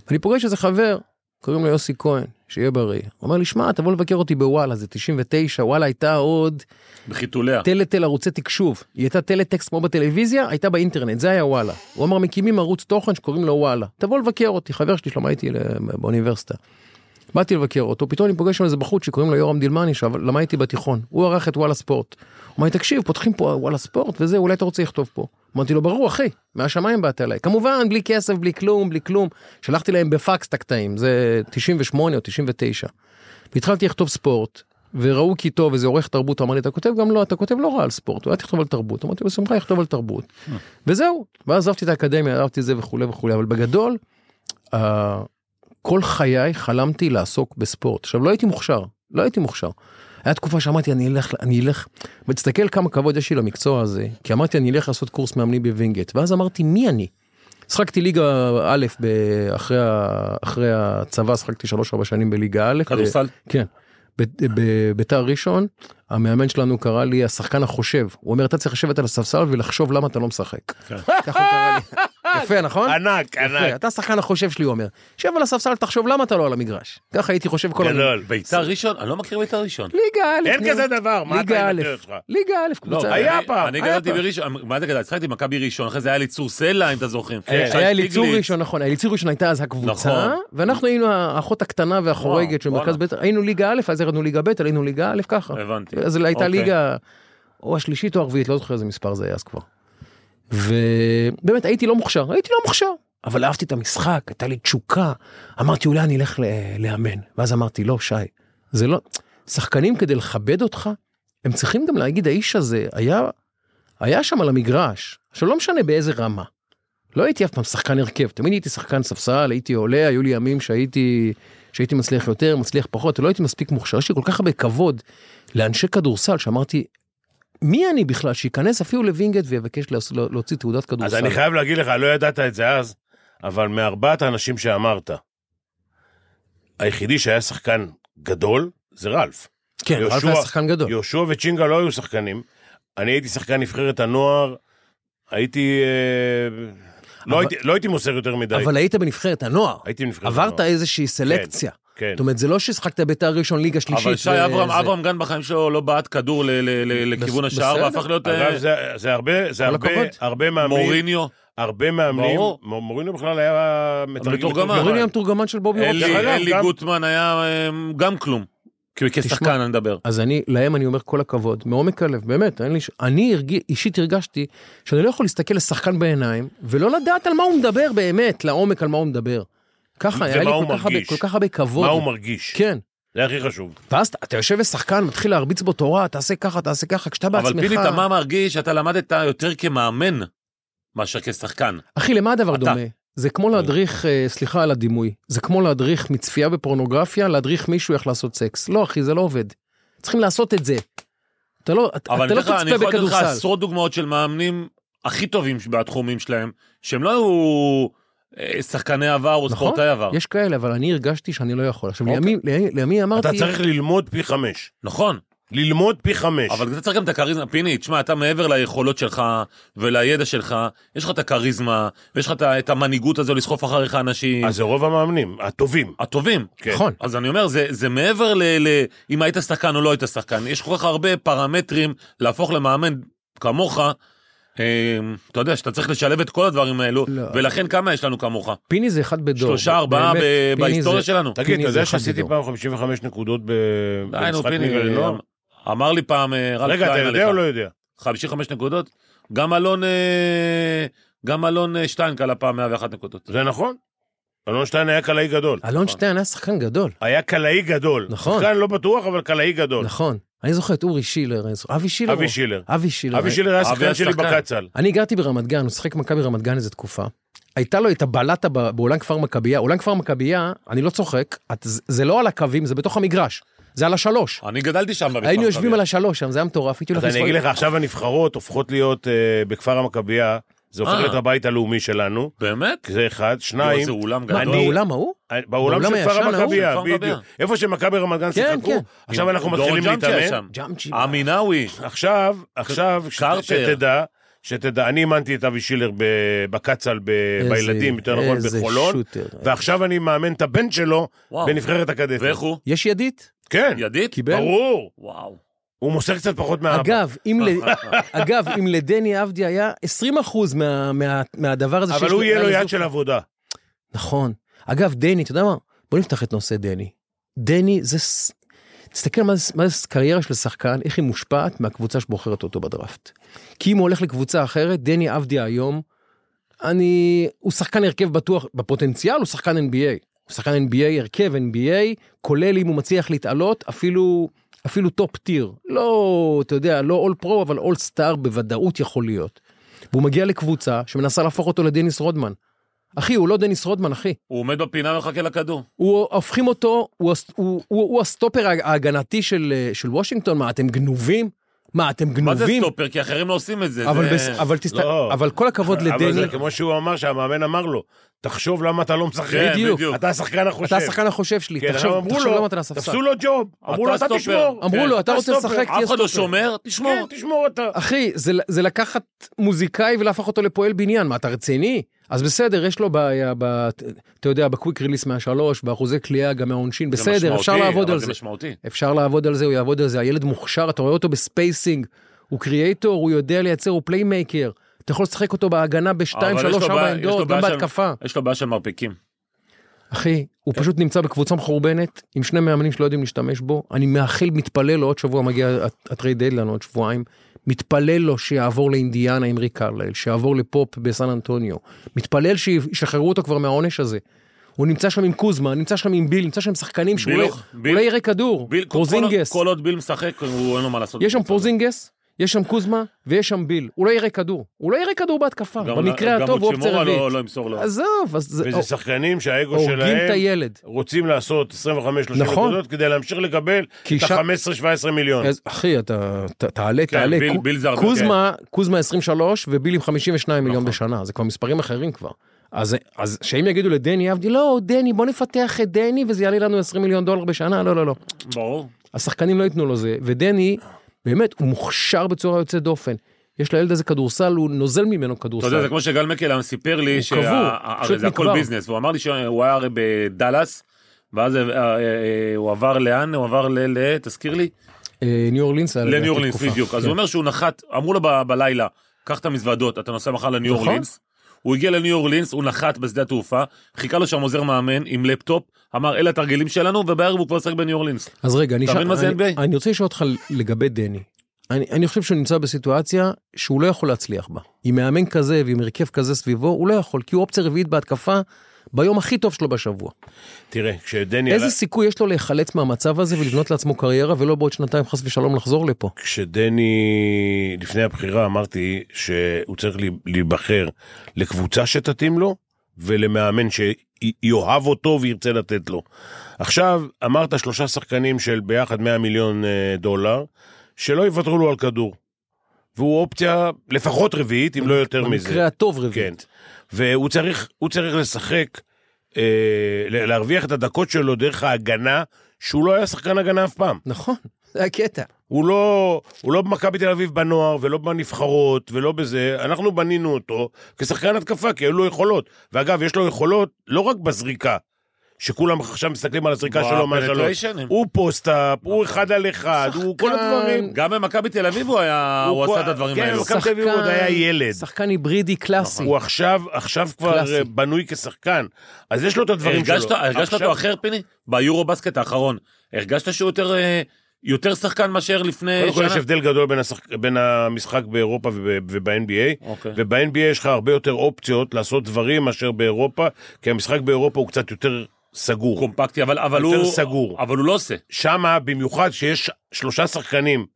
ואני פוגש איזה חבר, קוראים לו יוסי כהן, שיהיה בריא. הוא אומר לי, שמע, תבוא לבקר אותי בוואלה, זה 99, וואלה הייתה עוד בחיתוליה. טלטל ערוצי תקשוב. היא הייתה טלטקסט כמו בטלוויזיה, הייתה באינטרנט, זה היה וואלה. הוא אמר, מקימים ערוץ תוכן שקוראים לו וואלה. תבוא לבקר אותי, חבר שלי שלמה איתי ל- באוניברסיטה. באתי לבקר אותו, פתאום אני פוגש שם איזה בחוץ שקוראים לו יורם דילמני, שלמה איתי בתיכון. הוא ערך את וואלה ספורט. הוא אמר לי, תקשיב, פותחים פה וואלה ספורט וזה, אולי אתה רוצה לכתוב פה. אמרתי לו, ברור, אחי, מהשמיים באת אליי. כמובן, בלי כסף, בלי כלום, בלי כלום. שלחתי להם בפקס את הקטעים, זה 98 או 99. והתחלתי לכתוב ספורט, וראו כי טוב איזה עורך תרבות אמר לי אתה כותב גם לא אתה כותב לא רע על ספורט אולי תכתוב על תרבות אמרתי בשמחה אכתוב על תרבות וזהו ואז עזבתי את האקדמיה עזבתי זה וכולי וכולי אבל בגדול. אה, כל חיי חלמתי לעסוק בספורט. עכשיו, לא הייתי מוכשר, לא הייתי מוכשר. היה תקופה שאמרתי, אני אלך, אני אלך, ותסתכל כמה כבוד יש לי למקצוע הזה, כי אמרתי, אני אלך לעשות קורס מאמנים בווינגייט, ואז אמרתי, מי אני? שחקתי ליגה א' ב- אחרי, ה- אחרי הצבא, שחקתי 3-4 שנים בליגה א'. כדורסל? כן. ב- ב- ביתר ראשון, המאמן שלנו קרא לי השחקן החושב. הוא אומר, אתה צריך לשבת על הספסל ולחשוב למה אתה לא משחק. ככה הוא קרא לי. יפה, נכון? כן. ענק, יפה, ענק. אתה השחקן החושב שלי, הוא אומר. שב על הספסל, תחשוב למה אתה לא על המגרש. ככה הייתי חושב כל הזמן. גדול. ביתר לא, ראשון? אני לא מכיר ביתר ראשון. ליגה א'. אין נו. כזה דבר, מה ליגה אתה עם א', הדרך שלך? ליגה א', קבוצה. לא, אני- לא, היה פעם, אני היה גדלתי פעם. בראשון, מה זה גדלתי? שחקתי במכבי ראשון, אחרי זה היה לי צור סלע, אם אתה זוכרים. כן. שי היה אליצור שטיגליץ. ראשון, נכון, אליצור ראשון הייתה אז הקבוצה, נכון. ואנחנו היינו האחות הקטנה והחורגת של וואו, מרכז בית, היינו ליגה א', אז ירדנו ליגה ב', עלינו ליגה א', ככה. הבנתי. אז הייתה אוקיי. ליגה, או השלישית או הרביעית, לא זוכר איזה מספר זה היה אז כבר. ובאמת הייתי לא מוכשר, הייתי לא מוכשר, אבל אהבתי את המשחק, הייתה לי תשוקה. אמרתי אולי אני אלך ל- לאמן, ואז אמרתי לא שי, זה לא, שחקנים כדי לכבד אותך, הם צריכים גם להגיד האיש הזה היה, היה שם על המגרש, עכשיו לא משנה באיזה רמה. לא הייתי אף פעם שחקן הרכב, תמיד הייתי שחקן ספסל, הייתי עולה, היו לי ימים שהייתי, שהייתי מצליח יותר, מצליח פחות, לא הייתי מספיק מוכשר, יש לי כל כך הרבה כבוד לאנשי כדורסל, שאמרתי, מי אני בכלל שייכנס אפילו לווינגייט ויבקש להוס- להוציא תעודת כדורסל? אז אני חייב להגיד לך, לא ידעת את זה אז, אבל מארבעת האנשים שאמרת, היחידי שהיה שחקן גדול זה רלף. כן, רלף היה יהושע- שחקן גדול. יהושע וצ'ינגה לא היו שחקנים. אני הייתי שחקן נבחרת הנוער, הייתי... אה, לא אבל- הייתי- לא הייתי מוסר יותר מדי. אבל היית בנבחרת הנוער, הייתי בנבחרת הנוער. עברת איזושהי סלקציה. כן. זאת אומרת, זה לא ששחקת בית"ר ראשון ליגה שלישית. אה, אבל שי וזה- אברהם, אה, אברהם גן בחיים שלו לא בעט כדור ל- ל- ל- לכיוון בס- השער, בסדר. והפך להיות אה, אגב, זה- זה הרבה, זה כל הרבה, הכבוד. הרבה מאמנים, מוריניו. הרבה מאמנים, ברור. מ- מוריניו בכלל היה מתרגם. המתורגמן. מתורגמן. מוריני המתורגמן של בובי אלי- רובס. דרך אגב, אלי גם- גוטמן היה אה, גם כלום. כי- כשחקן אני מדבר. אז אני, להם אני אומר כל הכבוד, מעומק הלב, באמת, אין לי, ש- אני הרג... אישית הרגשתי שאני לא יכול להסתכל לשחקן בעיניים ולא לדעת על מה הוא מדבר באמת, לעומק על מה הוא מדבר. ככה, היה לי ומה כל הוא כך, הרבה, מרגיש. כל כך הרבה כבוד. מה הוא מרגיש? כן. זה הכי חשוב. ואז אתה- אתה יושב ושחקן מתחיל להרביץ בו תורה, תעשה ככה, תעשה ככה, כשאתה אבל בעצמך... פיני, אתה מה מרגיש שאתה למדת יותר כמאמן מאשר כשחקן. אחי, למה הדבר אתה. דומה? זה כמו להדריך, אה, סליחה על הדימוי, זה כמו להדריך מצפייה בפורנוגרפיה, להדריך מישהו איך לעשות סקס. לא, אחי, זה לא עובד. צריכים לעשות את זה. אתה לא, אתה אבל אתה אני לא אתן לך- אני תצפה יכול לתת לך בכדורסל. עשרות דוגמאות של מאמנים הכי טובים בתחומים שלהם, שהם לא היו אה, שחקני עבר או נכון, ספורטאי עבר. יש כאלה, אבל אני הרגשתי שאני לא יכול. עכשיו, אוקיי. לימים- לימים- לימים אמרתי... אתה צריך ללמוד פי חמש. נכון. ללמוד פי חמש. אבל אתה צריך גם את הכריזמה, פיני, תשמע, אתה מעבר ליכולות שלך ולידע שלך, יש לך את הכריזמה, ויש לך את ה- את המנהיגות הזו לסחוף אחריך אנשים, אז זה רוב המאמנים, הטובים. הטובים. כן. נכון. אז אני אומר, זה, זה מעבר ל, ל... אם היית שחקן או לא היית שחקן, יש כל כך הרבה פרמטרים להפוך למאמן כמוך, אה, אתה יודע, שאתה צריך לשלב את כל הדברים האלו, לא. ולכן כמה יש לנו כמוך? פיני זה אחד בדור. שלושה, ארבעה לא, באמת, ב- פיני בהיסטוריה זה- שלנו. תגיד, אתה זה יודע אחד שעשיתי בדור. פעם 55 נקודות ב- היינו, במשחק אה, פיני, ליגה לנוער? אה, אמר לי פעם אה, רן רגע, אתה קליין יודע עליך, או לא יודע? 55 נקודות, גם אלון... אה, גם אלון אה, שטיינקל הפעם 101 נקודות. זה נכון. אלון שטיין היה קלעי גדול. אלון שטיין היה שחקן גדול. היה קלעי גדול. נכון. שחקן לא בטוח, אבל קלעי גדול. נכון. אני זוכר את אורי שילר, אני זוכר- אבי שילר. אבי הוא- שילר. אבי שילר. אבי שילר היה לא, אבי היה שחקן שלי שחקן. בקצ"ל. אני גרתי ברמת גן, הוא שיחק במכבי רמת גן איזה תקופה. הייתה לו את הבלטה ב- באולם כפר מכבייה, אולם כפר מכבייה, אני לא צוחק, את- זה- זה לא על הקווים, זה בתוך המגרש, זה על השלוש. אני גדלתי שם בבית"ר. היינו יושבים מכבי. על השלוש שם, זה היה מטורף, הייתי הולך אה, אז אני אגיד לך, עכשיו הנבחרות הופכות להיות אה, בכפר המכבייה, זה הופך אה. להיות הבית הלאומי שלנו. באמת? זה אחד. תראו, שניים, זה אולם מה, גדול. באולם ההוא? באולם של באולם כפר הישן ההוא? המכבייה, של כפר בדיוק. המכבייה. איפה שמכבי רמת גן כן, שיחקו, כן. עכשיו אנחנו דורון מתחילים ג'אמצי היה להתאמן. שם. ג'אמצ'י. אמינאווי. עכשיו, עכשיו, ש- קרטר. שתדע, שתדע, אני אימנתי את אבי שילר ב- בקצ"ל, ב- איזה- בילדים, יותר נכון, איזה בחולון, שוטר. ועכשיו אני מאמן את הבן שלו וואו. בנבחרת הקדטים. ואיך הוא? יש ידית? כן, ידית? קיבל? ברור. וואו. הוא מוסר קצת פחות מהאבא. אגב, אם אה, ל- אגב, אם לדני עבדי היה 20% מה- מה- מהדבר הזה אבל הוא יהיה לו יד לזוג. של עבודה. נכון. אגב, דני, אתה יודע מה? בוא נפתח את נושא דני. דני זה... ס- תסתכל מה זה, מה זה קריירה של שחקן, איך היא מושפעת מהקבוצה שבוחרת אותו בדראפט. כי אם הוא הולך לקבוצה אחרת, דני עבדיה היום, אני... הוא שחקן הרכב בטוח, בפוטנציאל הוא שחקן NBA. הוא שחקן NBA, הרכב NBA, כולל אם הוא מצליח להתעלות, אפילו, אפילו טופ טיר. לא, אתה יודע, לא אול פרו, אבל אול סטאר בוודאות יכול להיות. והוא מגיע לקבוצה שמנסה להפוך אותו לדניס רודמן. אחי, הוא לא דניס רודמן, אחי. הוא עומד בפינה ומחכה לכדור. הוא הופכים אותו, הוא, הס- הוא, הוא, הוא הסטופר ההגנתי של, אה, של וושינגטון, מה, אתם גנובים? מה, אתם גנובים? מה זה סטופר? כי אחרים לא עושים את זה. אבל, זה- בס... אבל, תסת... לא. אבל כל הכבוד אבל לדני, זה כמו שהוא אמר שהמאמן אמר לו, תחשוב למה אתה לא משחק. כן, בדיוק. אתה השחקן החושב. אתה השחקן החושב שלי, כן, עכשיו תחשוב אמרו תחשוב לו, למה אתה לספסל. תפסו לו ג'וב, אמרו אתה לו אתה סטופר. תשמור. אמרו כן, לו, אתה אתה רוצה סטופר, לשחק, אף תהיה אחד לא סטופר. שומר, תשמור. כן, תשמור אתה. אחי, זה, זה לקחת מוזיקאי ולהפוך אותו לפועל בניין, מה, אתה רציני? אז בסדר, יש לו בעיה, ב, אתה יודע, בקוויק ריליס מהשלוש, באחוזי קליעה, גם מהעונשין, זה בסדר, אפשר משמעותי, לעבוד אבל על זה זה. משמעותי. אפשר לעבוד על זה, הוא יעבוד על זה, הילד מוכשר, אתה רואה אותו בספייסינג, הוא קריאייטור, הוא יודע לייצר, הוא פליימייקר. אתה יכול לשחק אותו בהגנה בשתיים, אבל יש לו שלוש, ארבע בעיה- יש לו עמדות, גם בעיה של- בהתקפה. יש לו בעיה של מרפקים. אחי, הוא כן. פשוט נמצא בקבוצה מחורבנת, עם שני מאמנים שלא יודעים להשתמש בו. אני מאחל, מתפלל לו, עוד שבוע מגיע הט- הטרייד דדלן, עוד שבועיים. מתפלל לו שיעבור לאינדיאנה עם ריק קרלייל, שיעבור לפופ בסן אנטוניו. מתפלל שישחררו אותו כבר מהעונש הזה. הוא נמצא שם עם קוזמה, נמצא שם עם ביל, נמצא שם עם שחקנים שהוא לא- ביל- הוא ביל- לא יראה כדור. ביל- כל- פרוזינגס. כל עוד ביל משחק, הוא אין לו מה לעשות. יש שם בקבוצה הזאת. פרוזינגס, יש שם קוזמה ויש שם ביל. הוא לא יראה כדור. הוא לא יראה כדור בהתקפה. גם- במקרה גם הטוב הוא אופציה אוצ'ימורה לא- רביעית. לא ימסור לו. עזוב, אז זה- וזה שחקנים שהאגו הורגים את שלהם הילד. רוצים לעשות 25-30 נכון. נקודות כדי להמשיך לקבל כי את שם- ה-15-17 מיליון. אז אחי, אתה ת- תעלה, כן, תעלה. ביל- קו- ביל כן. זה הרבה, קוזמה, קוזמה 23 וביל עם 52 מיליון נכון. בשנה, זה כבר מספרים אחרים כבר. אז, אז שאם יגידו לדני עבדי, לא, דני, בוא נפתח את דני וזה יעלה לנו 20 מיליון דולר בשנה, לא, לא, לא. ברור. השחקנים לא ייתנו לו זה, ודני, באמת, הוא מוכשר בצורה יוצאת דופן. יש לילד הזה כדורסל, הוא נוזל ממנו אתה כדורסל. יודע, זה כמו שגל מקלם סיפר לי, שה- קבור, ה- פשוט הרי זה הכל נקבר. ביזנס, והוא אמר לי שהוא היה הרי בדאלאס, ואז אה, אה, אה, הוא עבר לאן? הוא עבר ל... ל- תזכיר לי? אה, ניו אורלינס היה לדעתי לניו אורלינס, תקופה. בדיוק. אז כן. הוא אומר שהוא נחת, אמרו לו ב- בלילה, קח את המזוודות, אתה נוסע מחר לניו נכון. אורלינס. הוא הגיע לניו אורלינס, הוא נחת בשדה התעופה, חיכה לו שם עוזר מאמן עם לפטופ, אמר אלה התרגילים שלנו, ובערב הוא כבר ישחק בניו אורלינס. אז רגע, אני, אתה ש... מבין מה זה אני, NBA? אני רוצה לשאול אותך לגבי דני. אני, אני חושב שהוא נמצא בסיטואציה שהוא לא יכול להצליח בה. עם מאמן כזה ועם הרכב כזה סביבו, הוא לא יכול, כי הוא אופציה רביעית בהתקפה ביום הכי טוב שלו בשבוע. תראה, כשדני עלה- איזה סיכוי יש לו להיחלץ מהמצב הזה ולבנות לעצמו קריירה, ולא בעוד שנתיים חס ושלום לחזור לפה? כשדני, לפני הבחירה אמרתי שהוא צריך להי- להיבחר לקבוצה שתתאים לו ולמאמן שיאהב אותו וירצה לתת לו. עכשיו, אמרת שלושה שחקנים של ביחד 100 מיליון אה, דולר, שלא יוותרו לו על כדור. והוא אופציה לפחות רביעית, אם לא יותר מזה. במקרה הטוב כן. רביעית. והוא צריך, הוא צריך לשחק, אה, ל- להרוויח את הדקות שלו דרך ההגנה, שהוא לא היה שחקן הגנה אף פעם. נכון, זה הקטע. הוא לא, הוא לא במכבי תל אביב בנוער, ולא בנבחרות, ולא בזה. אנחנו בנינו אותו כשחקן התקפה, כי היו לו יכולות. ואגב, יש לו יכולות לא רק בזריקה, שכולם עכשיו מסתכלים על הזריקה שלו מהשלוש. בפנטריישנים. הוא פוסט-אפ, הוא אחד על אחד, הוא כל הדברים. גם במכבי תל אביב הוא היה, הוא כל- עשה את הדברים כן, האלו. מכבי תל אביב הוא עוד היה ילד. שחקן היברידי קלאסי. נכון. הוא עכשיו, עכשיו כבר קלאסי. אה, בנוי כשחקן, אז יש לו את הדברים שלו. הרגשת, הרגשת עכשיו- אותו אחר פיני? ביורו בסקט האחרון. הרגשת שהוא יותר, אה, יותר שחקן מאשר לפני קודם כל שנה? יש הבדל גדול בין, השחק... בין המשחק באירופה וב... וב-NBA, אוקיי. וב-NBA יש לך הרבה יותר אופציות לעשות דברים מאשר באירופה, כי המשחק באירופה הוא קצת יותר סגור. קומפקטי, אבל, אבל, יותר הוא, סגור. אבל הוא לא עושה. שמה במיוחד שיש שלושה שחקנים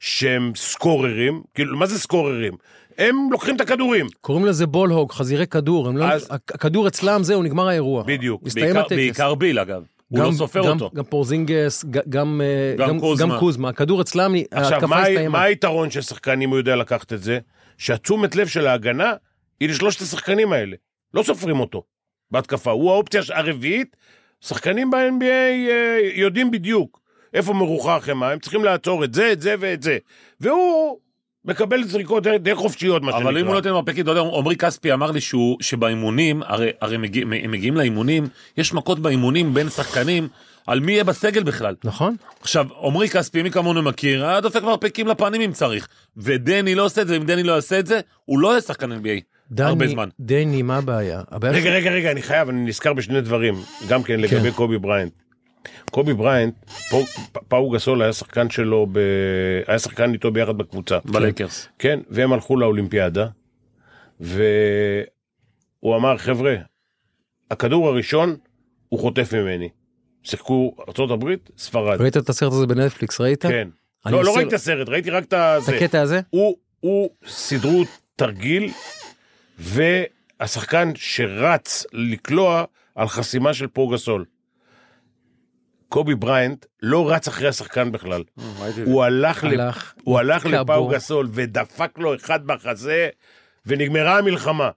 שהם סקוררים, כאילו מה זה סקוררים? הם לוקחים את הכדורים, קוראים לזה בולהוג, חזירי כדור. הם לא... אז- הכדור אצלם, זהו, נגמר האירוע. בדיוק. מסתיים בעיקר, הטקס. בעיקר ביל אגב. הוא לא גם- סופר גם- אותו. גם פורזינגס, ג- גם, אה, גם גם, קוזמה. גם קוזמה. הכדור אצלם, עכשיו, ההתקפה מה, ה- הסתיימה. מה היתרון של שחקן אם הוא יודע לקחת את זה? שהתשומת לב של ההגנה היא לשלושת השחקנים האלה. לא סופרים אותו בהתקפה. הוא האופציה ש- הרביעית. שחקנים ב-NBA אה, יודעים בדיוק איפה מרוחה החמאה, הם צריכים לעצור את זה, את זה ואת זה. והוא מקבל זריקות די- די חופשיות, מה שנקרא. אבל אם הוא לא נותן מרפקים, אתה יודע, עמרי כספי אמר לי שהוא, שבאימונים, הרי, הרי מגיע, הם מגיעים לאימונים, יש מכות באימונים בין שחקנים, על מי יהיה בסגל בכלל. נכון. עכשיו, עמרי כספי, מי כמונו מכיר, היה דופק מרפקים לפנים אם צריך. ודני לא עושה את זה, אם דני לא יעשה את זה, הוא לא יהיה שחקן NBA. דני, הרבה זמן. דני, מה הבעיה? הבעיה רגע, רגע, רגע, אני חייב, אני נזכר בשני דברים, גם כן לגבי קובי בריינט. קובי בריינט, פאו- פ- פאו גסול היה שחקן שלו, ב... היה שחקן איתו ביחד בקבוצה. בלייקרס. כן, והם הלכו לאולימפיאדה, והוא אמר, חבר'ה, הכדור הראשון, הוא חוטף ממני. שיחקו ארה"ב, ספרד. ראית את הסרט הזה בנטפליקס, ראית? כן. אני לא, לא עושה- ראיתי את הסרט, ראיתי רק את הזה. את הקטע הזה? הוא, הוא סידרו תרגיל, ו... השחקן שרץ לקלוע על חסימה של פורגסול. קובי בריינט לא רץ אחרי השחקן בכלל. הוא הלך, ל... כן. הלך. הוא הלך נתקע לפאו בו. גסול ודפק לו אחד בחזה, ונגמרה המלחמה.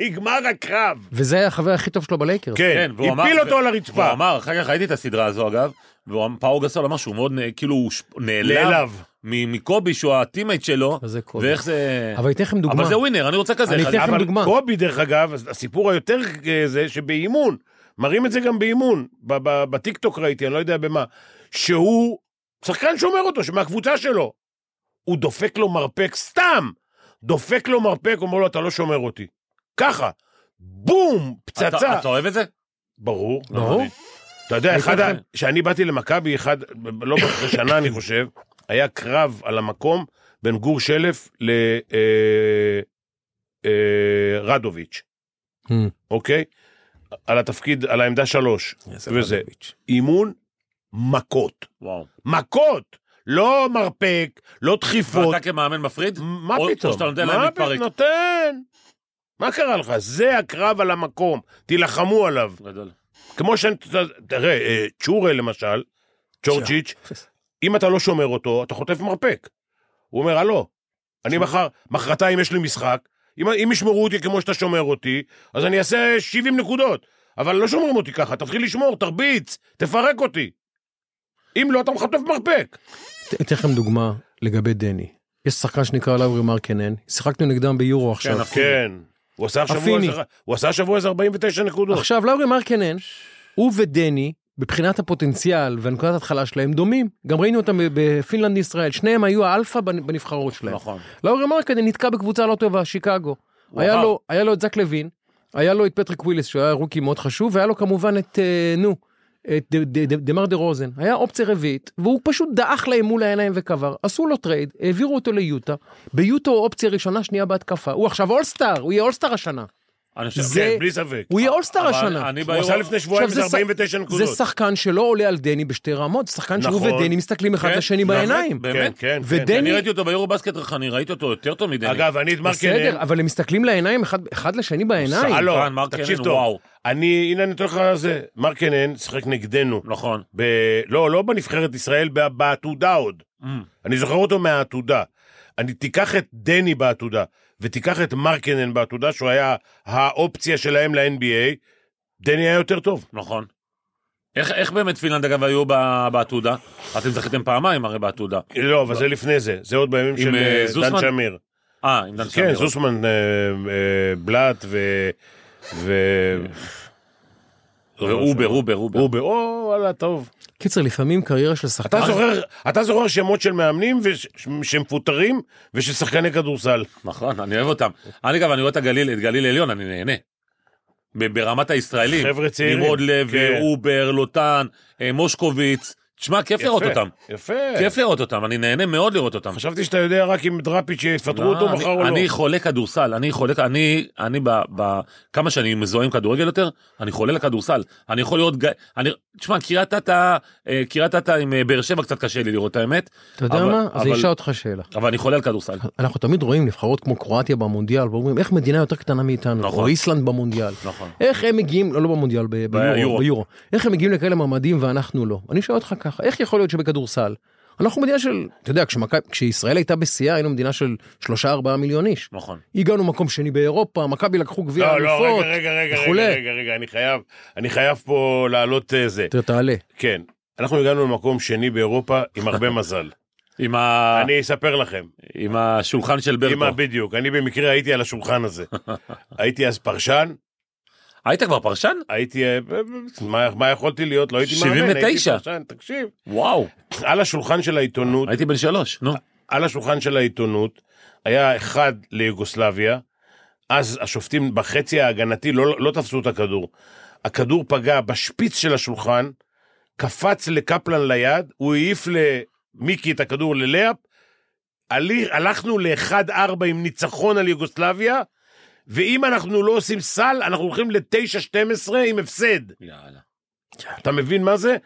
נגמר הקרב. וזה היה החבר הכי טוב שלו בלייקרס. כן, והוא אמר- הפיל ו- אותו על הרצפה. הוא אמר, אחר כך ראיתי את הסדרה הזו אגב, ופאו גסול אמר שהוא מאוד נ- כאילו הוא ש- נעלב נעלב. מ- מקובי שהוא הטימייט שלו, אז זה קובי. ואיך זה... אבל אני אתן לכם דוגמה. אבל זה ווינר, אני רוצה כזה. אני אחד. אתן לכם אבל- דוגמה. קובי, דרך אגב, הסיפור היותר אה, זה שבאימון, מראים את זה גם באימון, ב- ב- בטיקטוק ראיתי, אני לא יודע במה, שהוא, שחקן שומר אותו, שמהקבוצה שלו. הוא דופק לו מרפק סתם, דופק לו מרפק, אומר לו, אתה לא שומר אותי. ככה, בום, אתה- פצצה. אתה אוהב את זה? ברור. ברור. לא, אתה יודע, אני אחד, אתן ה- לכם- כשאני באתי למכבי, אחד, ב- לא אחרי שנה, אני חושב, היה קרב על המקום בין גור שלף אה, לרדוביץ', Hmm. אה, אוקיי? על התפקיד, על העמדה שלוש, איזה וזה. רדוביץ'. אימון מכות. וואו. מכות! לא מרפק, לא דחיפות. ואתה כמאמן מפריד? מה או- או פתאום? שאתה נותן מה להם פת- להתפרק. נותן. מה קרה לך? זה הקרב על המקום, תילחמו עליו. גדול. כמו שאני, תראה, אה, צ'ורה למשל, צ'ורג'יץ', אם אתה לא שומר אותו, אתה חוטף מרפק. הוא אומר, הלו, אני מחר, מחרתיים יש לי משחק, אם, אם ישמרו אותי כמו שאתה שומר אותי, אז אני אעשה 70 נקודות. אבל לא שומרים אותי ככה, תתחיל לשמור, תרביץ, תפרק אותי. אם לא, אתה חוטף מרפק. אתן לכם דוגמה לגבי דני. יש שחקן שנקרא לאורי מרקנן, שיחקנו נגדם ביורו עכשיו. כן. הוא עשה השבוע אפיני. איזה- הוא עשה השבוע איזה 49 נקודות. כאילו, עכשיו, לאורי מרקנן, הוא ודני, מבחינת הפוטנציאל והנקודת התחלה שלהם, דומים. גם ראינו אותם בפינלנד ישראל, שניהם היו האלפא בנ- בנבחרות שלהם. נכון. לאורי מרקנן נתקע בקבוצה לא טובה, שיקגו. היה עבר. לו, היה לו את זק לוין, היה לו את פטריק וויליס, שהיה רוקי מאוד חשוב, והיה לו כמובן את, אה, נו, את ד- ד- ד- דמר דה רוזן. היה אופציה רביעית, והוא פשוט דעך להם מול העיניים וקבר. עשו לו טרייד, העבירו אותו ליוטה, ביוטה הוא אופציה ראשונה, שנייה בהתקפה. הוא עכשיו אולסטאר, הוא יהיה אולסטאר השנה. אני חושב- זה- כן, בלי ספק. הוא יהיה אולסטאר אבל השנה. אני הוא עשה ביורו- לפני שבועיים עכשיו, איזה זה ש- 49 זה נקודות. שחקן שלא עולה על דני בשתי רמות, שחקן שהוא נכון. ודני מסתכלים אחד כן, לשני באמת, בעיניים. באמת. כן, כן, כן. ודני- אני ראיתי אותו ביורו בסקט, אני ראיתי אותו יותר טוב מדני. אגב, אני את מרקנן, בסדר, אבל הם מסתכלים לעיניים אחד- אחד לשני בעיניים. הלו, כן, מרק תקשיב קנן, טוב. וואו. אני, הנה אני נותן לך זה. מרקנן שיחק נגדנו. נכון. ב... לא, לא בנבחרת ישראל, ב- בעתודה עוד. אמ, אני זוכר אותו מהעתודה. אני תיקח את דני בעתודה, ותיקח את מרקנן בעתודה, שהוא היה האופציה שלהם ל-NBA, דני היה יותר טוב. נכון. איך, איך באמת פינלנד אגב היו ב- בעתודה? אתם זכיתם פעמיים הרי בעתודה. לא, אבל זה לפני זה, זה עוד בימים עם, של אה, אה, זוסמן? דן שמיר. אה, עם דן כן, שמיר. זוסמן, אה, אה, בלאט ו... ו- אה. ואובר, אובר, אובר. הוא ב... או, וואלה, טוב. קיצר, לפעמים קריירה של שחקן... אתה זוכר, אתה זוכר שמות של מאמנים וש- שמפוטרים ושל שחקני כדורסל. נכון, אני אוהב אותם. אני גם, אני רואה את הגליל, את גליל עליון, אני נהנה. ב- ברמת הישראלים. חבר'ה צעירים. נמרוד כן. לוי, אובר, לוטן, אה, מושקוביץ. תשמע, כיף לראות אותם. יפה. כן. כיף לראות אותם, אני נהנה מאוד לראות אותם. חשבתי שאתה יודע רק אם דראפיץ' יפטרו אותו לא, אני- מחר או לא. אני חולה כדורסל, אני חולה, אני, אני ב... ב- כמה שאני מזוהה עם כדורגל יותר, אני חולה לכדורסל. אני יכול לראות, ג- אני, תשמע, קריית אתא, אה, קריית אתא עם אה, באר שבע קצת קשה לי לראות את האמת. אתה יודע אבל- מה? אז אני אבל- אשאל אותך שאלה. אבל אני חולה על כדורסל. אנחנו תמיד רואים נבחרות כמו קרואטיה במונדיאל, ואומרים איך מדינה יותר קטנה מאיתנו, נכון. או איסלנד במונדיאל. נכון. איך הם מגיעים, לא, לא במונדיאל, ב- ביורו, ביורו. ביורו, איך הם מגיעים לכאלה מעמדים ואנחנו לא. אני שואל אותך ככה, איך יכול להיות שבכדורסל, אנחנו מדינה של, אתה יודע, כשמכבי- כשישראל הייתה בשיאה היינו מדינה של שלושה ארבעה מיליון איש. נכון. הגענו מקום שני באירופה, מכבי לקחו גביע לא, לא, אלופות, רגע, רגע, רגע, וכולי. רגע, רגע, רגע, אני חייב, אני חייב פה להעלות אה, זה. תראה, תעלה. כן, אנחנו הגענו למקום שני באירופה עם הרבה מזל. עם, ה... אני אספר לכם. עם השולחן של ברקו. אמא, בדיוק, אני במקרה הייתי על השולחן הזה. הייתי אז פרשן, היית כבר פרשן? הייתי, אה, מה- מה יכולתי להיות? לא הייתי מאמן, הייתי 79. פרשן, תקשיב. וואו. על השולחן של העיתונות, הייתי בן שלוש, נו. על השולחן של העיתונות היה אחד ליוגוסלביה, אז השופטים בחצי ההגנתי לא, לא תפסו את הכדור. הכדור פגע בשפיץ של השולחן, קפץ לקפלן ליד, הוא העיף למיקי את הכדור ללאפ, הלי- הלכנו ל-1-4 עם ניצחון על יוגוסלביה, ואם אנחנו לא עושים סל, אנחנו הולכים ל-9-12 עם הפסד. יאללה. אתה מבין מה זה?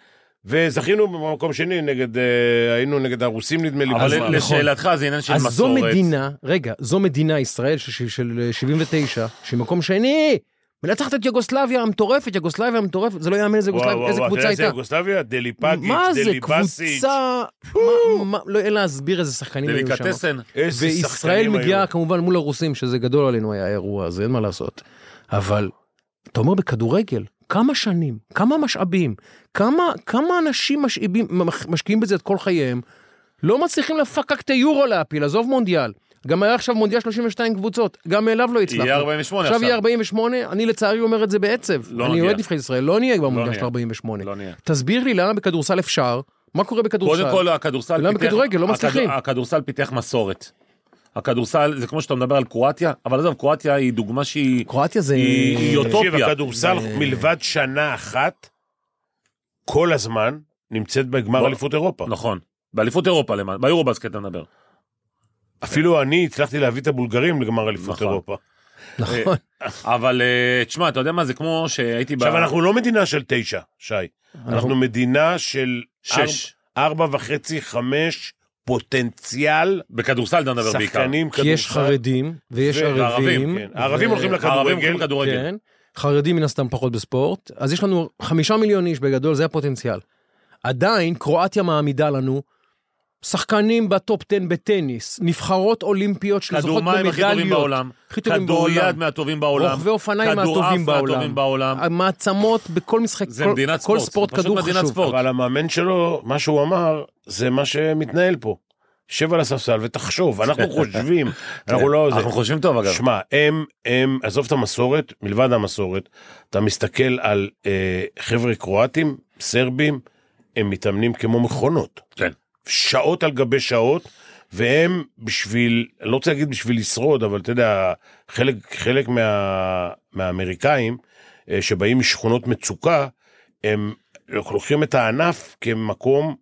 וזכינו במקום שני נגד, אה, היינו נגד הרוסים נדמה לי. אבל בזמן. לשאלתך זה עניין של אז מסורת. זו מדינה, רגע, זו מדינה, ישראל של, של, של 79, שהיא מקום שני, מנצחת את יוגוסלביה המטורפת, יוגוסלביה המטורפת, זה לא יאמן איזה וואו, יוגוסלביה, וואו, איזה וואו, קבוצה אתה יודע איזה הייתה. יוגוסלביה? דליפקיץ', מה זה דליפסיץ'. קבוצה, מה- מה- לא אין להסביר איזה שחקנים היו שם. דליקטסן. איזה וישראל שחקנים מגיעה היו. כמובן מול הרוסים, שזה גדול עלינו היה האירוע הזה, אין מה לעשות. אבל, אתה אומר בכדורגל, כמה שנים, כמה משאבים, כמה, כמה אנשים משאבים, מח- משקיעים בזה את כל חייהם, לא מצליחים לפקק את היורו להפיל, עזוב מונדיאל. גם היה עכשיו מונדיאל 32 קבוצות, גם אליו לא הצלחנו. יהיה 48 עכשיו עכשיו. יהיה 48, אני לצערי אומר את זה בעצב. לא אני נגיע. אוהד נבחרת ישראל, לא נהיה כבר מונדיאל נהיה. של 48. לא נהיה. תסביר לי למה בכדורסל אפשר, מה קורה בכדורסל? קודם כל הכדורסל אולם בכדורגל לא הכד- מצליחים. הכדורסל פיתח מסורת. הכדורסל זה כמו שאתה מדבר על קרואטיה אבל עזוב קרואטיה היא דוגמה שהיא קרואטיה זה... היא- היא תקשיב, אוטופיה. הכדורסל אה. מלבד שנה אחת, כל הזמן נמצאת בגמר בוא. אליפות אירופה. נכון. באליפות אירופה למעלה ביורובסקט אתה מדבר. אפילו אני הצלחתי להביא את הבולגרים לגמר אליפות נכון. אירופה. נכון. אבל אה, תשמע אתה יודע מה זה כמו שהייתי ב... עכשיו, אנחנו לא מדינה של תשע, שי. אנחנו מדינה של שש. ארבע ארבע וחצי, חמש, פוטנציאל, בכדורסל אתה מדבר בעיקר. שחקנים, כי יש חרדים, ויש ערבים. כן. הערבים ו- הערבים הולכים לכדורגל. הולכים לכדורגל. כן. חרדים מן הסתם פחות בספורט, אז יש לנו חמישה מיליון איש בגדול, זה הפוטנציאל. עדיין קרואטיה מעמידה לנו שחקנים בטופ 10 בטניס, נבחרות אולימפיות שזוכות כדורמים הכי טובים במדליות, בעולם. הכי טובים כדוריד בעולם, מהטובים בעולם. רוכבי אופניים כדורעף מהטובים מהטובים בעולם. מעצמות בכל משחק, זה כל- מדינת כל ספורט. ספורט זה פשוט כדור מדינת חשוב. ספורט. אבל המאמן שלו, מה שהוא אמר, זה מה שמתנהל פה. שב על הספסל ותחשוב, אנחנו חושבים, אנחנו לא... זה- אנחנו חושבים טוב אגב. שמע, הם, הם, עזוב את המסורת, מלבד המסורת, אתה מסתכל על אה, חבר'ה קרואטים, סרבים, הם מתאמנים כמו מכונות. כן. שעות על גבי שעות, והם בשביל, אני לא רוצה להגיד בשביל לשרוד, אבל אתה יודע, חלק, חלק מה, מהאמריקאים אה, שבאים משכונות מצוקה, הם לוקחים את הענף כמקום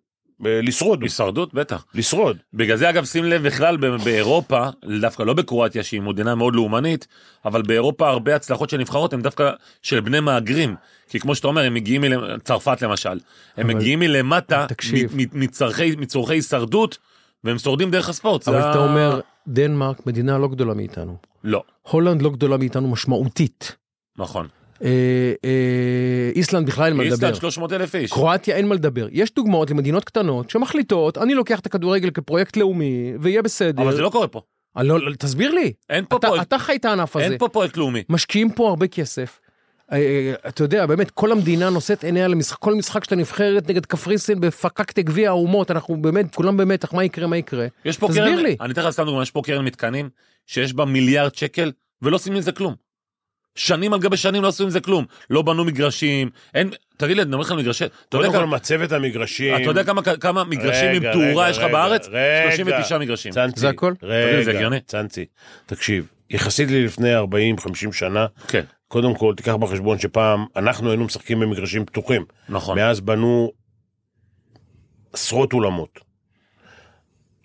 אה, לשרוד, הישרדות בטח. לשרוד. בגלל זה אגב שים לב בכלל ב- באירופה דווקא לא בקרואטיה שהיא מדינה מאוד לאומנית אבל באירופה הרבה הצלחות של נבחרות הן דווקא של בני מהגרים כי כמו שאתה אומר הם מגיעים מל... צרפת למשל הם אבל- מגיעים מלמטה תקשיב. מ- מ- מצרכי מצורכי הישרדות והם שורדים דרך הספורט. אבל זה אתה ה- אומר, דנמרק מדינה לא גדולה מאיתנו, לא הולנד לא גדולה מאיתנו משמעותית, נכון. אה, אה, איסלנד בכלל אין מה לדבר. איסטנד 300 אלף איש. קרואטיה אין מה לדבר. יש דוגמאות למדינות קטנות שמחליטות, אני לוקח את הכדורגל כפרויקט לאומי, ויהיה בסדר. אבל זה לא קורה פה. אני לא... לא, תסביר לי. אין פה אתה, פרויקט- אתה חי את הענף הזה. אין פה פרויקט לאומי. משקיעים פה הרבה כסף. אה, אה, אתה יודע, באמת, כל המדינה נושאת עיניה למשחק, כל משחק של הנבחרת נגד קפריסין בפקקטה גביע האומות, אנחנו באמת, כולם במתח, מה יקרה, מה יקרה. יש פה תסביר קרן, לי. אני אתן לך סתם דוגמא, יש פה קרן מתקנים שיש בה מיליארד שקל ולא עושים עם זה כלום. שנים על גבי שנים לא עשו עם זה כלום. לא בנו מגרשים, אין, תגיד לי, אני אומר לך מגרשי, אתה יודע קודם כל כמה- מצבת המגרשים. אתה יודע כמה- כמה מגרשים עם רגע, תאורה רגע, יש לך רגע, בארץ? רגע. 39 מגרשים. צאנצי, זה הכל? תגיד לי, רגע, זה הגיוני? צאנצי, תקשיב, יחסית לי לפני 40-50 שנה, כן, קודם כל תיקח בחשבון שפעם אנחנו היינו משחקים במגרשים פתוחים. נכון. מאז בנו עשרות אולמות.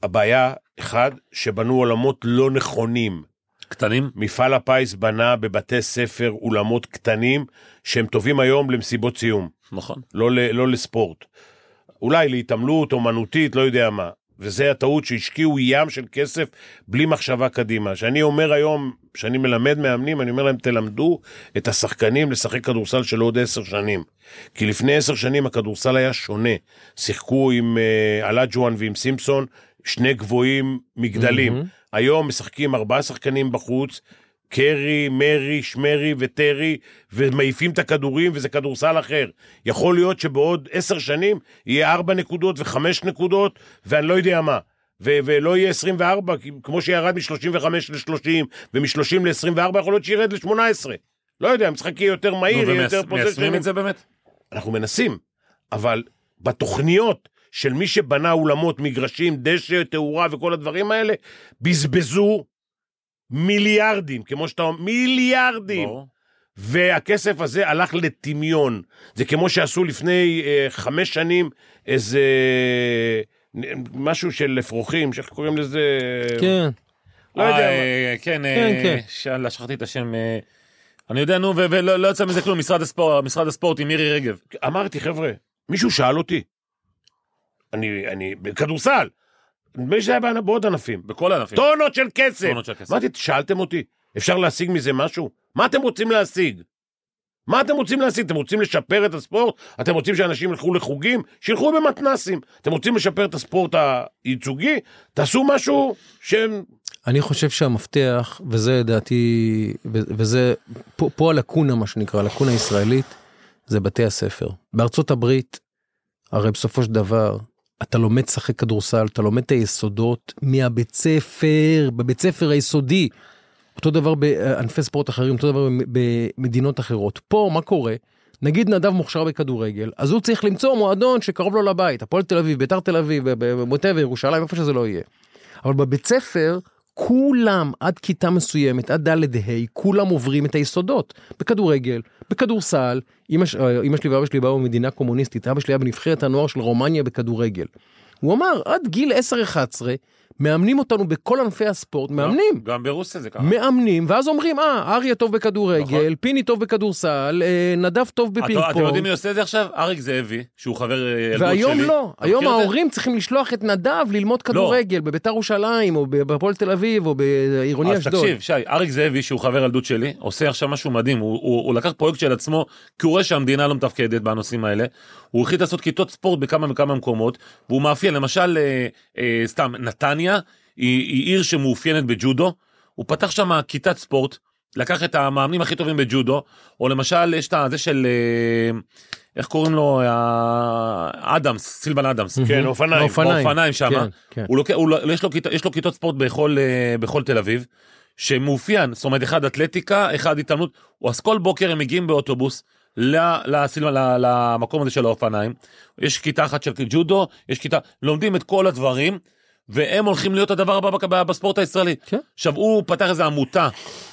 הבעיה, אחד, שבנו אולמות לא נכונים. קטנים? מפעל הפיס בנה בבתי ספר אולמות קטנים שהם טובים היום למסיבות סיום. נכון. לא, ל- לא לספורט. אולי להתעמלות אומנותית, לא יודע מה. וזה הטעות שהשקיעו ים של כסף בלי מחשבה קדימה. שאני אומר היום, שאני מלמד מאמנים, אני אומר להם, תלמדו את השחקנים לשחק כדורסל של עוד עשר שנים. כי לפני עשר שנים הכדורסל היה שונה. שיחקו עם אה, אלאג'ואן ועם סימפסון, שני גבוהים מגדלים. Mm-hmm. היום משחקים ארבעה שחקנים בחוץ, קרי, מרי, שמרי וטרי, ומעיפים את הכדורים, וזה כדורסל אחר. יכול להיות שבעוד עשר שנים יהיה ארבע נקודות וחמש נקודות, ואני לא יודע מה. ו- ולא יהיה 24, כי- כמו שירד מ-35 ל-30, ומ-30 ל-24, יכול להיות שירד ל-18. לא יודע, המשחק יהיה יותר נו, מהיר, יהיה יותר ומייש- מיישמים את זה באמת? אנחנו מנסים, אבל בתוכניות של מי שבנה אולמות, מגרשים, דשא, תאורה וכל הדברים האלה, בזבזו מיליארדים, כמו שאתה אומר, מיליארדים. ברור. והכסף הזה הלך לטמיון. זה כמו שעשו לפני אה, חמש שנים איזה נ- משהו של אפרוחים, שאיך קוראים לזה? כן. לא יודע אה, מה. אה, כן, כן, אה, כן. שאלה, שכחתי את השם. אה, אני יודע, נו, ו- ולא לא יצא מזה כלום, משרד הספורט, משרד הספורט עם מירי רגב. אמרתי, חבר'ה, מישהו שאל אותי. אני, אני, בכדורסל. נדמה לי שזה היה בענ- בעוד ענפים. בכל הענפים. טונות של כסף. כן. טונות של כסף. אמרתי, שאלתם אותי, אפשר להשיג מזה משהו? מה אתם רוצים להשיג? מה אתם רוצים להשיג? אתם רוצים לשפר את הספורט? אתם רוצים שאנשים ילכו לחוגים? שילכו במתנסים. אתם רוצים לשפר את הספורט הייצוגי? תעשו משהו שהם... אני חושב שהמפתח, וזה דעתי, ו- וזה, פה, פה הלקונה, מה שנקרא, הלקונה הישראלית, זה בתי הספר. בארצות הברית, הרי בסופו של דבר, אתה לומד לשחק כדורסל, אתה לומד את היסודות מהבית ספר, בבית ספר היסודי. אותו דבר בענפי ספורט אחרים, אותו דבר במדינות אחרות. פה, מה קורה? נגיד נדב מוכשר בכדורגל, אז הוא צריך למצוא מועדון שקרוב לו לבית, הפועל תל אביב, ביתר תל אביב, ווטאבר, ירושלים, איפה שזה לא יהיה. אבל בבית ספר, כולם עד כיתה מסוימת, עד ד' ה', כולם עוברים את היסודות. בכדורגל, בכדורסל, אמא, ש- אה, אמא שלי ואבא שלי באו ממדינה קומוניסטית, אבא שלי היה בנבחרת הנוער של רומניה בכדורגל. הוא אמר, עד גיל 10-11, מאמנים אותנו בכל ענפי הספורט, מאמנים. גם ברוסיה זה ככה. מאמנים, ואז אומרים, אה, אריה טוב בכדורגל, נכון. פיני טוב בכדורסל, אה, נדב טוב אתה- בפינג אתם יודעים פונג, מי עושה את זה עכשיו? אריק זאבי, שהוא חבר אה, ילדות שלי. והיום לא. אתה מכיר היום את זה? לא. ההורים צריכים לשלוח את נדב ללמוד כדורגל בביתר ירושלים, או בהפועל תל אביב, או בעירוני אז אשדוד. תקשיב, שי, אריק זאבי, שהוא חבר ילדות שלי, עושה עכשיו משהו מדהים. הוא, הוא, הוא לקח פרויקט של עצמו, כי הוא רואה שהמדינה לא מתפקדת בנושאים האלה. הוא החליט לעשות כיתות ספורט בכמה וכמה מקומות, והוא מאפיין, למשל, אה, אה, סתם, נתניה היא, היא עיר שמאופיינת בג'ודו. הוא פתח שם כיתת ספורט, לקח את המאמנים הכי טובים בג'ודו, או למשל, יש את זה של... אה, איך קוראים לו? אה, אדמס, סילבן אדמס. כן, אופניים. אופניים. באופניים שם. אה? כן, כן. הוא לוקח, הוא, לא- יש, לו, כיתה- יש לו כיתות ספורט בכל, אה, בכל תל אביב, שמאופיין, זאת אומרת, אחד אתלטיקה, אחד התעמלות, אז כל בוקר הם מגיעים באוטובוס. ל- לסילבן- ל- למקום הזה של האופניים, יש כיתה אחת של ג'ודו, יש כיתה, לומדים את כל הדברים, והם הולכים להיות הדבר הבא בק- בספורט הישראלי. כן. עכשיו, הוא פתח איזו עמותה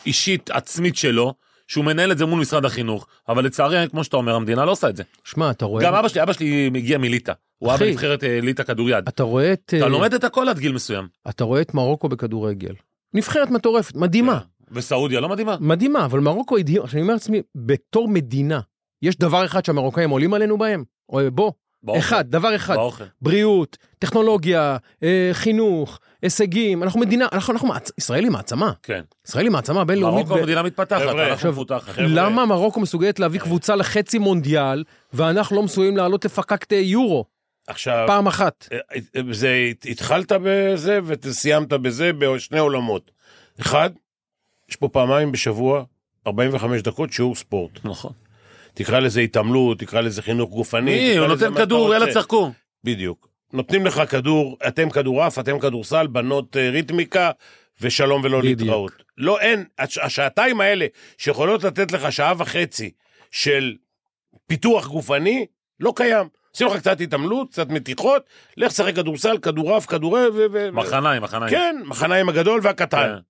אישית עצמית שלו, שהוא מנהל את זה מול משרד החינוך, אבל לצערי, כמו שאתה אומר, המדינה לא עושה את זה. שמע, אתה רואה... גם אבא שלי, אבא שלי מגיע מליטא, הוא היה אחי. בנבחרת אה, ליטא כדוריד. אתה רואה את... אתה לא אה, לומד את הכל עד גיל מסוים. אתה רואה את מרוקו בכדורגל. נבחרת מטורפת, מדהימה. וסעודיה לא מדהימה? מדהימה, אבל מרוקו הדהים... עכשיו, אני אומר לעצמי, בתור מדינה, יש דבר אחד שהמרוקאים עולים עלינו בהם? או, בוא, באוכל. אחד, דבר אחד. באוכל. בריאות, טכנולוגיה, אה, חינוך, הישגים. אנחנו מדינה, אנחנו, אנחנו, מעצ... ישראל היא מעצמה. כן. ישראל היא מעצמה בינלאומית. מרוקו מדינה מתפתחת, חבר'ה, אנחנו עכשיו, מפותחת. למה מרוקו מסוגלת להביא קבוצה לחצי מונדיאל, ואנחנו לא מסוגלים לעלות לפקקט אה, יורו עכשיו, פעם אחת? אה, אה, זה, התחלת בזה וסיימת בזה בשני עולמות. אחד, יש פה פעמיים בשבוע, 45 דקות, שיעור ספורט. נכון. תקרא לזה התעמלות, תקרא לזה חינוך גופני. מי? הוא תקרא לזה נותן מה שאתה כדור, יאללה רוצה. צחקו. בדיוק. נותנים לך כדור, אתם כדורעף, אתם כדורסל, בנות אה, ריתמיקה, ושלום ולא בדיוק. להתראות. לא, אין. הש- השעתיים האלה, שיכולות לתת לך שעה וחצי של פיתוח גופני, לא קיים. עושים לך קצת התעמלות, קצת מתיחות, לך שחק כדורסל, כדורעף, כדורי... ו- ו- מחניים, מחניים. כן, מחניים הגדול והקטן. כן.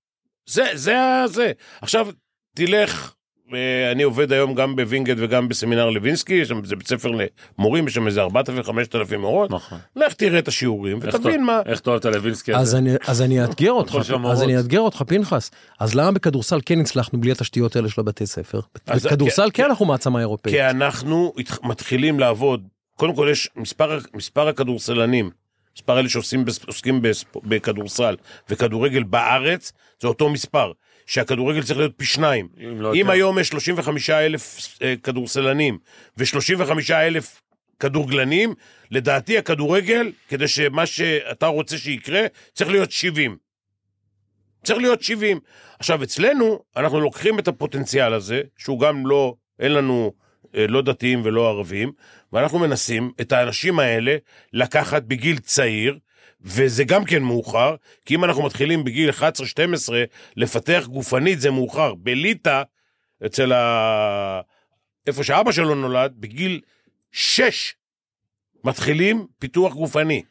זה, זה ה... זה. עכשיו, תלך, אה, אני עובד היום גם בווינגייט וגם בסמינר לוינסקי, יש שם, זה בית ספר למורים, יש שם איזה 4,000-5,000 מורות. נכון. לך תראה את השיעורים איך ותבין טוב- מה. איך אתה אוהב את הלווינסקי אז הזה? אני, אז אני אאתגר אותך, כל שם אז אני מורות. אאתגר אותך, פנחס. אז למה בכדורסל כן הצלחנו בלי התשתיות האלה של הבתי ספר? אז- בכדורסל כי- כן אנחנו מעצמה אירופאית. כי אנחנו התח- מתחילים לעבוד, קודם כל יש מספר, מספר הכדורסלנים, מספר אלה שעושים בס- עוסקים בספ- בכדורסל וכדורגל בארץ, זה אותו מספר, שהכדורגל צריך להיות פי שניים. אם לא אם יותר. היום יש 35 אלף אה, כדורסלנים ו-35 אלף כדורגלנים, לדעתי הכדורגל, כדי שמה שאתה רוצה שיקרה, צריך להיות 70. צריך להיות 70. עכשיו, אצלנו, אנחנו לוקחים את הפוטנציאל הזה, שהוא גם לא, אין לנו אה, לא דתיים ולא ערבים, ואנחנו מנסים את האנשים האלה לקחת בגיל צעיר, וזה גם כן מאוחר, כי אם אנחנו מתחילים בגיל 11-12 לפתח גופנית, זה מאוחר. בליטא, אצל ה... איפה שאבא שלו נולד, בגיל 6 מתחילים פיתוח גופני.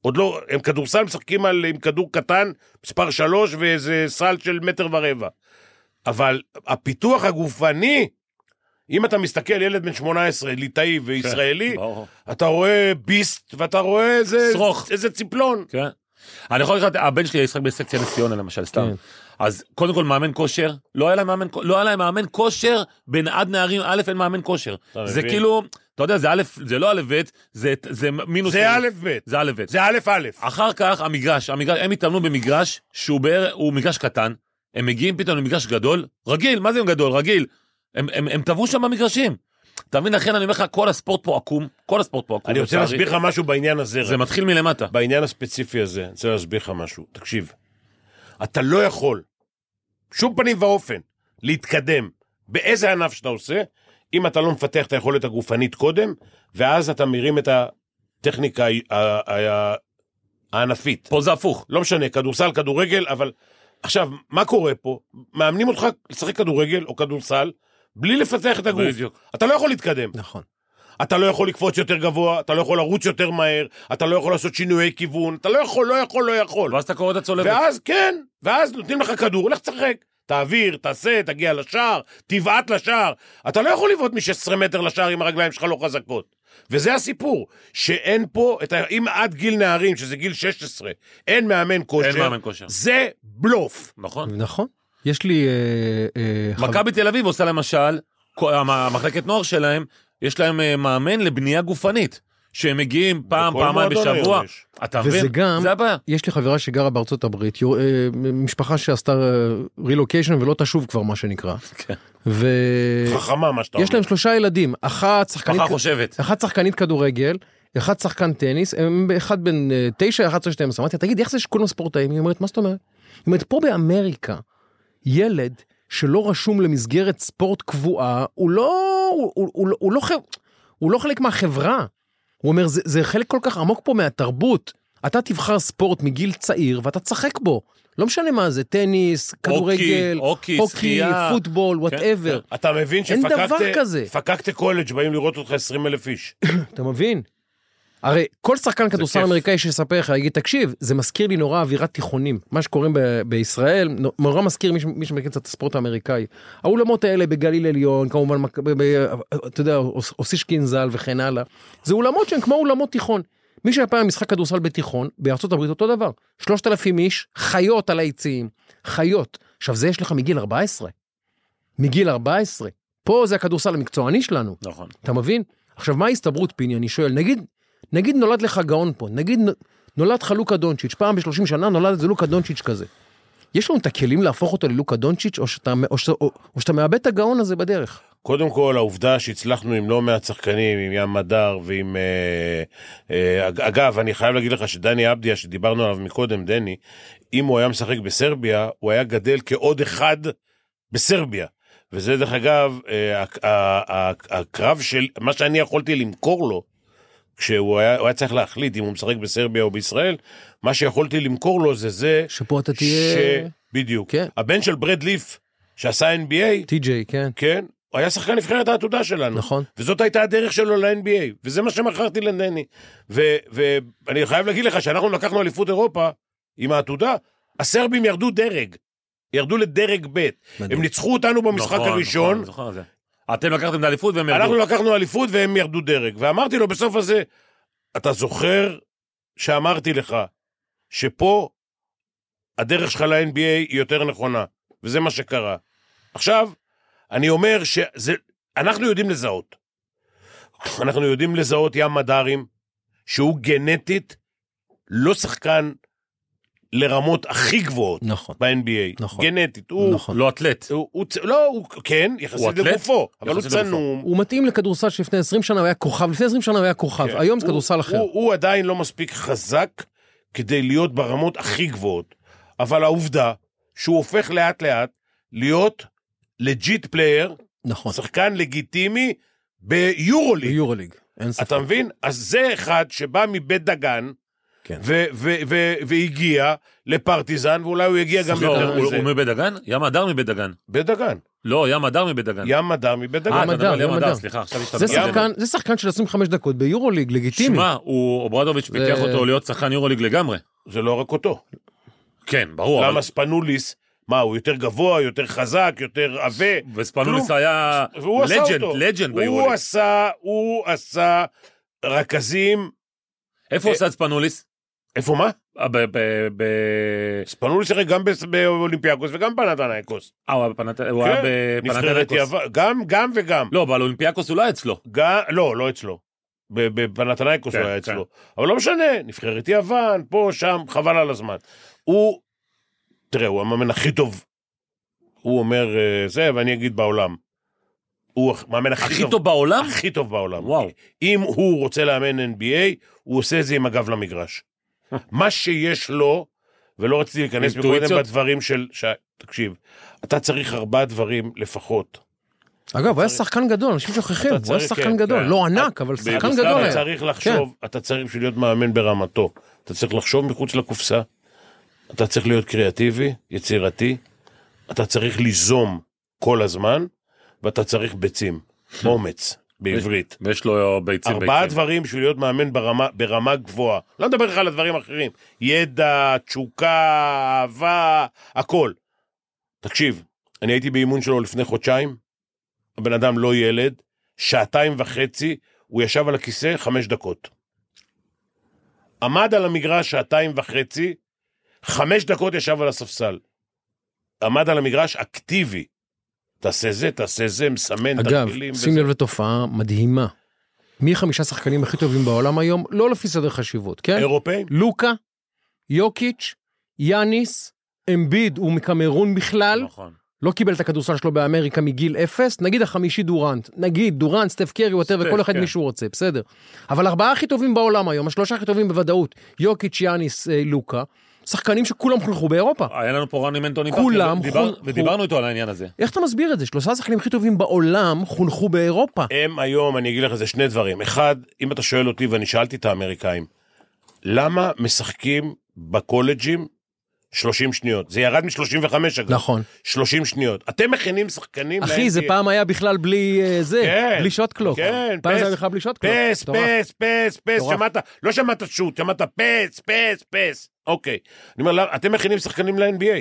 עוד לא, הם כדורסל משחקים על, עם כדור קטן, מספר שלוש ואיזה סל של מטר ורבע. אבל הפיתוח הגופני, אם אתה מסתכל, ילד בן 18, ליטאי וישראלי, כן, ברור. אתה רואה ביסט ואתה רואה איזה... שרוך. איזה ציפלון. כן. אני יכול להגיד לך, הבן שלי ישחק בסקציה נס ציונה למשל, סתם. כן. אז קודם כל מאמן כושר, לא היה להם מאמן, לא היה להם מאמן כושר בין עד נערים א' אין מאמן כושר. אתה זה מבין? כאילו, אתה יודע, זה א', זה לא א' ב', זה, זה מינוס... זה א' ב'. זה א' ב'. זה א' א'. אחר כך המגרש, המגרש, הם התאמנו במגרש שהוא בערך, הוא מגרש קטן, הם מגיעים פתאום למגרש גדול, רגיל, מה זה גדול? רגיל. הם- הם הם טבעו שם במגרשים. אתה מבין, לכן אני אומר לך, כל הספורט פה עקום, כל הספורט פה עקום. אני רוצה לצערי. להסביר לך משהו בעניין הזה. זה רק. מתחיל מלמטה. בעניין הספציפי הזה, אני רוצה להסביר לך משהו. תקשיב, אתה לא יכול, שום פנים ואופן, להתקדם באיזה ענף שאתה עושה, אם אתה לא מפתח את היכולת הגופנית קודם, ואז אתה מרים את הטכניקה ה- ה- ה- הענפית. פה זה הפוך. לא משנה, כדורסל, כדורגל, אבל... עכשיו, מה קורה פה? מאמנים אותך לשחק כדורגל או כדורסל, בלי לפתח את הגוף. בדיוק. אתה לא יכול להתקדם. נכון. אתה לא יכול לקפוץ יותר גבוה, אתה לא יכול לרוץ יותר מהר, אתה לא יכול לעשות שינויי כיוון, אתה לא יכול, לא יכול, לא יכול. ואז אתה קורא את הצולבת. ואז כן, ואז נותנים לך כדור, לך תשחק. תעביר, תעשה, תגיע לשער, תבעט לשער. אתה לא יכול לבעוט מ-16 מטר לשער אם הרגליים שלך לא חזקות. וזה הסיפור, שאין פה, את ה... אם עד גיל נערים, שזה גיל 16, אין מאמן כושר, אין מאמן כושר. זה בלוף. נכון. נכון. יש לי... אה, אה, חבר- מכבי תל אביב עושה למשל, כל- המ- המחלקת נוער שלהם, יש להם אה, מאמן לבנייה גופנית. שהם מגיעים פעם, בכל פעמיים מועדון היום בשבוע. יש. אתה מבין? וזה גם, זה הבעיה. יש לי חברה שגרה בארצות הברית, יור- אה, משפחה שעשתה רילוקיישן ולא תשוב כבר מה שנקרא. כן. ויש חכמה מה שאתה אומר. להם שלושה ילדים, אחת שחקנית, ככה חושבת. אחת שחקנית כדורגל, אחד שחקן טניס, הם- אחד בן אה, תשע, אחד עשרה, שתים עשרה. אמרתי, תגיד, איך זה שכולם ספורטאים? היא אומרת, מה זאת אומרת? היא אומרת, פה באמריקה, ילד שלא רשום למסגרת ספורט קבועה, הוא לא, הוא, הוא, הוא, הוא, לא, חלק- הוא לא חלק מהחברה. הוא אומר, זה, זה חלק כל כך עמוק פה מהתרבות. אתה תבחר ספורט מגיל צעיר ואתה תשחק בו. לא משנה מה זה, טניס, כדורגל, הוקי, שחייה. כן, פוטבול, וואטאבר. אתה מבין אין שפקקת... דבר כזה. פקקת קולג', באים לראות אותך 20 אלף איש. אתה מבין? הרי כל שחקן כדורסל כיף. אמריקאי שיספר לך, יגיד, תקשיב, זה מזכיר לי נורא אווירת תיכונים. מה שקוראים ב- בישראל, נו- נורא מזכיר מי ש- מי שמכיר קצת את הספורט האמריקאי. האולמות האלה בגליל עליון, כמובן, מק- ב- ב- אתה יודע, אוס- אוסישקין ז"ל וכן הלאה. זה אולמות שהם כמו אולמות תיכון. מי שהיה פעם משחק כדורסל בתיכון, בארצות הברית אותו דבר. 3,000 איש, חיות על היציעים, חיות. עכשיו, זה יש לך מגיל 14. מגיל 14. פה זה הכדורסל המקצועני שלנו. נכון. אתה מבין? עכשיו, מה ההסתברות, פיני? אני שואל, נגיד, נגיד נולד לך גאון פה, נגיד נ- נולד לך לוקה דונצ'יץ', פעם ב-30 שנה נולד איזה לוקה דונצ'יץ' כזה. יש לנו את הכלים להפוך אותו ללוקה דונצ'יץ', או שאתה, או, שאתה, או, או שאתה מאבד את הגאון הזה בדרך? קודם כל, העובדה שהצלחנו עם לא מעט שחקנים, עם ים הדר ועם... אה, אה, אג- אגב, אני חייב להגיד לך שדני אבדיה, שדיברנו עליו מקודם, דני, אם הוא היה משחק בסרביה, הוא היה גדל כעוד אחד בסרביה. וזה, דרך אגב, אה, הק- ה- ה- הקרב של... מה שאני יכולתי למכור לו, כשהוא היה, הוא היה צריך להחליט אם הוא משחק בסרביה או בישראל, מה שיכולתי למכור לו זה זה... שפה אתה תהיה... ש... בדיוק. כן. הבן של ברד ליף, שעשה NBA, טי.ג'יי, כן, כן, הוא היה שחקן נבחרת העתודה שלנו. נכון. וזאת הייתה הדרך שלו ל-NBA, וזה מה שמכרתי לדני. ו- ואני חייב להגיד לך שאנחנו לקחנו אליפות אירופה עם העתודה, הסרבים ירדו דרג. ירדו לדרג ב'. הם ניצחו אותנו במשחק נכון, נכון, הראשון, אני זוכר את זה. אתם לקחתם את האליפות והם ירדו. אנחנו לא- לקחנו אליפות והם ירדו דרג. ואמרתי לו בסוף הזה, אתה זוכר שאמרתי לך שפה הדרך שלך ל-NBA היא יותר נכונה, וזה מה שקרה. עכשיו, אני אומר שאנחנו יודעים לזהות. אנחנו יודעים לזהות ים מדרים, שהוא גנטית לא שחקן לרמות הכי גבוהות נכון. ב-NBA. נכון. גנטית. הוא, נכון. לא אתלט. הוא, הוא, צ- לא, הוא, כן, הוא יחסית אתלט? לגופו, אבל הוא יחסית לגופו. צנום, הוא מתאים לכדורסל שלפני 20 שנה הוא היה כוכב, לפני 20 שנה הוא היה כוכב, כן. היום זה הוא- כדורסל אחר. הוא, הוא עדיין לא מספיק חזק כדי להיות ברמות הכי גבוהות, אבל העובדה שהוא הופך לאט לאט להיות לג'יט פלייר, נכון, שחקן לגיטימי ביורוליג. ביורוליג, אין ספק. אתה מבין? אז זה אחד שבא מבית דגן, כן. ו- ו- ו- והגיע לפרטיזן, ואולי הוא יגיע גם לא, יותר הוא- מזה. הוא מבית דגן? ים הדר מבית דגן. בית דגן, כן. לא, ים הדר מבית דגן. ים הדר מבית אה, דגן. אתה ים מדבר על הדר, ים ים הדר, הדר. סליחה, עכשיו השתמשתי. זה בזה. שחקן, זה שחקן של 25 דקות ביורוליג, לגיטימי. שמע, הוא- אוברדוביץ' פיתח זה- אותו להיות שחקן יורוליג לגמרי. זה לא רק אותו. כן, ברור. אבל- למה ספנוליס, מה, הוא יותר גבוה, יותר חזק, יותר עבה? וספנוליס כלום. היה והוא עשה לג'נד, אותו. לג'נד הוא ביורוליג. עשה, הוא עשה רכזים, אה, איפה הוא עשה את ספנוליס? איפה מה? אה, ב- ב- ב- אז פנו לשחק גם בס- באולימפיאקוס וגם פנתנאיקוס. אה, הוא היה בפנת- הוא היה כן, נבחרת בפנתנאיקוס. יוון, גם, גם וגם. לא, באולימפיאקוס הוא לא היה אצלו. גם, לא, לא אצלו. ב- בפנתנאיקוס כן, הוא היה כן. אצלו. אבל לא משנה, נבחרת יוון, פה, שם, חבל על הזמן. הוא, תראה, הוא המאמן הכי טוב. הוא אומר אה, זה, ואני אגיד בעולם. הוא המאמן הכי טוב בעולם? הכי טוב בעולם. וואו. אם הוא רוצה לאמן NBA, הוא עושה את זה עם הגב למגרש. מה שיש לו, ולא רציתי להיכנס מקודם אינטואיציות? בדברים של... ש... תקשיב, אתה צריך ארבעה דברים לפחות. אגב, הוא היה שחקן גדול, אנשים אתה שוכחים, הוא היה צריך, שחקן כן, גדול, כן. לא ענק, אבל שחקן ביוגוסלביה גדול היה. כן. צריך לחשוב, אתה צריך בשביל להיות מאמן ברמתו. אתה צריך לחשוב מחוץ לקופסה, אתה צריך להיות קריאטיבי, יצירתי, אתה צריך ליזום כל הזמן, ואתה צריך ביצים. אומץ, בעברית. ויש לו אה, ביצים ארבעה ביצים. דברים בשביל להיות מאמן ברמה, ברמה גבוהה. לא מדבר לך על הדברים האחרים. ידע, תשוקה, אהבה, הכל. תקשיב, אני הייתי באימון שלו לפני חודשיים, הבן אדם לא ילד, שעתיים וחצי, הוא ישב על הכיסא חמש דקות. עמד על המגרש שעתיים וחצי, חמש דקות ישב על הספסל. עמד על המגרש אקטיבי. תעשה זה, תעשה זה, מסמן אגב, תרגילים שים וזה. לב לתופעה מדהימה. מי חמישה שחקנים הכי טובים בעולם היום, לא לפי סדר חשיבות, כן? אירופאים? לוקה, יוקיץ', יאניס, אמביד, הוא מקמרון בכלל, נכון. לא קיבל את הכדורסל שלו באמריקה מגיל אפס, נגיד החמישי דורנט, נגיד דורנט, סטף קרי, וואטר, וכל אחד כן. מי שהוא רוצה, בסדר. אבל ארבעה הכי טובים בעולם היום, השלושה הכי טובים בוודאות, יוקיץ', יאניס, אה, לוקה, שחקנים שכולם חונכו באירופה. היה לנו פה רני מנטוני. כולם פרקר, ודיבר- חו- ודיברנו איתו על העניין הזה. איך אתה מסביר את זה? שלושה השחקנים הכי טובים בעולם חונכו באירופה. הם היום, אני אגיד לך, זה שני דברים. אחד, אם אתה שואל אותי, ואני שאלתי את האמריקאים, למה משחקים בקולג'ים 30 שניות? זה ירד מ-35 אגב. נכון. 30 שניות. אתם מכינים שחקנים... אחי, זה ל-NBA. פעם היה בכלל בלי אה, זה, כן. בלי שוט קלוק. כן, פעם פס. זה היה בכלל בלי שוט קלוק. פס, מטורף. פס, פס, פס, מטורף. שמעת, לא שמעת שוט, שמעת פס, פס, פס. אוקיי. אני אומר, למה- אתם מכינים שחקנים ל-NBA.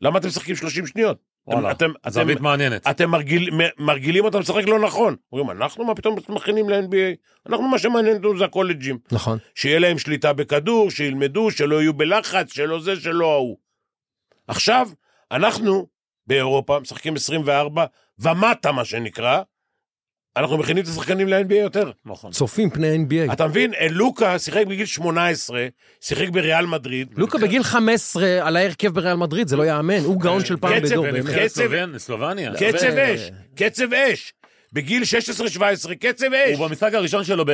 למה אתם משחקים 30 שניות? אתם- וואלה, אתם- אתם- זווית מעניינת. אתם מרגיל, מ- מרגילים אותם לשחק לא נכון. אומרים, אנחנו מה פתאום מכינים ל-NBA? אנחנו, מה שמעניין אותנו זה הקולג'ים. נכון. שיהיה להם שליטה בכדור, שילמדו, שלא יהיו בלחץ, שלא זה, שלא ההוא. עכשיו, אנחנו באירופה משחקים 24 ומטה, מה שנקרא, אנחנו מכינים את השחקנים ל-NBA יותר. נכון. צופים פני NBA. אתה מבין? אה, לוקה שיחק בגיל 18, שיחק בריאל מדריד. כן. לוקה בגיל 15 על ההרכב בריאל מדריד, זה לא יאמן, הוא גאון של פעם קצב בדור, ונבחרת באמת. נבחרת קצב- סלובן- סלובניה. קצב ו- אש, קצב אש. בגיל 16-17, קצב אש. הוא במשחק הראשון שלו, ב-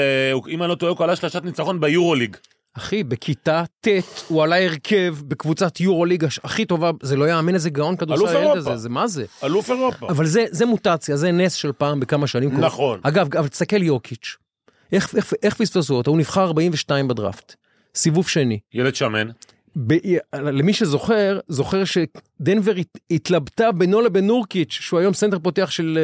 אם אני לא טועה, הוא כלל שלשת ניצחון ביורוליג. אחי, בכיתה ט' הוא עלה הרכב בקבוצת יורוליגה הכי טובה, זה לא יאמן איזה גאון כדורסל אלוף הילד אירופה. הזה, זה מה זה? אלוף אירופה. אבל זה, זה מוטציה, זה נס של פעם בכמה שנים. קורה. נכון. אגב, אבל תסתכל יוקיץ', איך, איך, איך פספסו אותו? הוא נבחר 42 בדראפט, סיבוב שני. ילד שמן. ב... למי שזוכר, זוכר שדנבר הת... התלבטה בינו לבין נורקיץ', שהוא היום סנטר פותח של,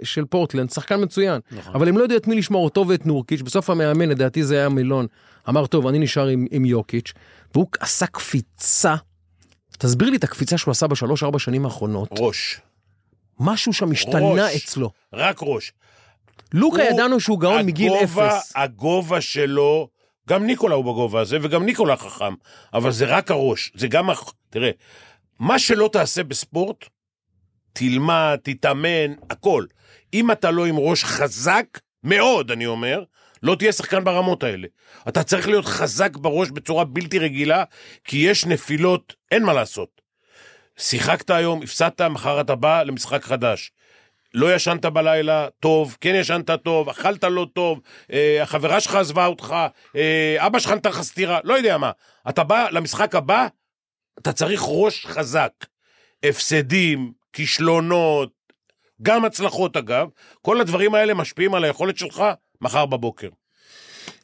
אה, של פורטלנד, שחקן מצוין. נכון. אבל הם לא יודעו את מי לשמור אותו ואת נורקיץ', בסוף המאמן, לדעתי זה היה מילון, אמר, טוב, אני נשאר עם, עם יוקיץ', והוא עשה קפיצה. תסביר לי את הקפיצה שהוא עשה בשלוש-ארבע שנים האחרונות. ראש. משהו שם השתנה ראש. אצלו. רק ראש. לוקה הוא- ידענו שהוא גאון מגיל הגובה- אפס. הגובה שלו, גם ניקולה הוא בגובה הזה, וגם ניקולה חכם, אבל זה רק הראש, זה גם, הח- תראה, מה שלא תעשה בספורט, תלמד, תתאמן, הכל. אם אתה לא עם ראש חזק, מאוד, אני אומר, לא תהיה שחקן ברמות האלה. אתה צריך להיות חזק בראש בצורה בלתי רגילה, כי יש נפילות, אין מה לעשות. שיחקת היום, הפסדת, מחר אתה בא למשחק חדש. לא ישנת בלילה, טוב, כן ישנת טוב, אכלת לא טוב, אה, החברה שלך עזבה אותך, אה, אבא שלך נתן לך סטירה, לא יודע מה. אתה בא למשחק הבא, אתה צריך ראש חזק. הפסדים, כישלונות, גם הצלחות אגב, כל הדברים האלה משפיעים על היכולת שלך מחר בבוקר.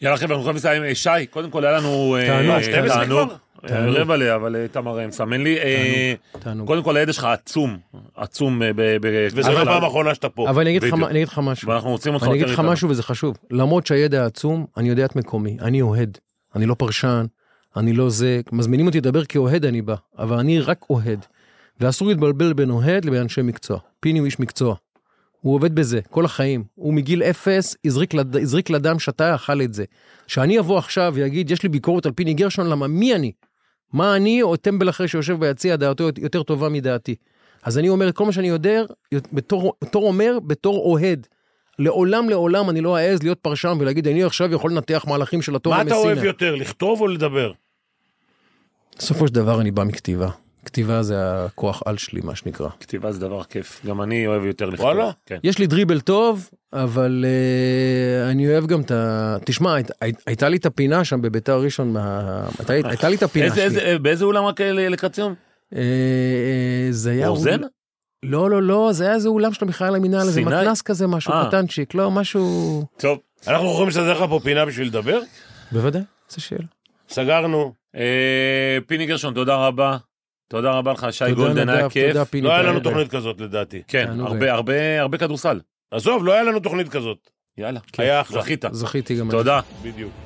יאללה חבר'ה, אנחנו יכולים לסיים. אה, שי, קודם כל היה לנו... אה, תענוג, אה, 12 תענוג. כבר? אה, רבע ל... אבל אה, תמר אה, מסמן לי. אה, תענוג. קודם כל הידע שלך עצום. עצום. אה, ב- ב- וזו לא בכלל. הפעם האחרונה שאתה פה. אבל אני אגיד לך בדיוק. מה- אני אגיד לך משהו. ואנחנו רוצים אותך אני אגיד יותר לך איתנו. משהו וזה חשוב. למרות שהידע עצום, אני יודע את מקומי, אני אוהד. אני לא פרשן, אני לא זה. מזמינים אותי לדבר כאוהד אני בא, אבל אני רק אוהד. ואסור להתבלבל בין אוהד לבין אנשי מקצוע. פיני הוא איש מקצוע. הוא עובד בזה כל החיים. הוא מגיל אפס הזריק, לד... הזריק לדם, שתה, אכל את זה. שאני אבוא עכשיו ויגיד, יש לי ביקורת על פיני גרשון, למה מי אני? מה אני או טמבל אחר שיושב ביציע, דעתו יותר טובה מדעתי. אז אני אומר את כל מה שאני יודע, בתור, בתור אומר, בתור אוהד. לעולם לעולם אני לא אעז להיות פרשן ולהגיד, אני עכשיו יכול לנתח מהלכים של התורה מה אתה מסינה. אוהב יותר, לכתוב או לדבר? בסופו של דבר אני בא מכתיבה. כתיבה זה הכוח על שלי, מה שנקרא. כתיבה זה דבר כיף, גם אני אוהב יותר לכתוב. וואלה? כן. יש לי דריבל טוב, אבל uh, אני אוהב גם את ה... תשמע, היית, היית, הייתה לי את הפינה שם בביתר ראשון, מה... הייתה, לי- הייתה לי את הפינה איזה- שלי. איזה- אה, באיזה אולם רק אה, לקראת סיום? אה, אה, זה היה... מאוזן? אול- לא, לא, לא, זה היה איזה אולם של מיכאל המינהל, איזה סיני? מתנס כזה, משהו אה. קטנצ'יק, לא, משהו... טוב. אנחנו יכולים לסדר לך פה פינה בשביל לדבר? בוודאי, זה שאלה. סגרנו. אה, פיני גרשון, תודה רבה. תודה רבה לך, שי תודה, גולדן, היה נדב, כיף. תודה, פיני. לא היה לנו תודה. תוכנית כזאת לדעתי. כן, תענוג. הרבה הרבה הרבה כדורסל. עזוב, לא היה לנו תוכנית כזאת. יאללה, היה אחלה. זכית. זכיתי גם אני. תודה. בדיוק.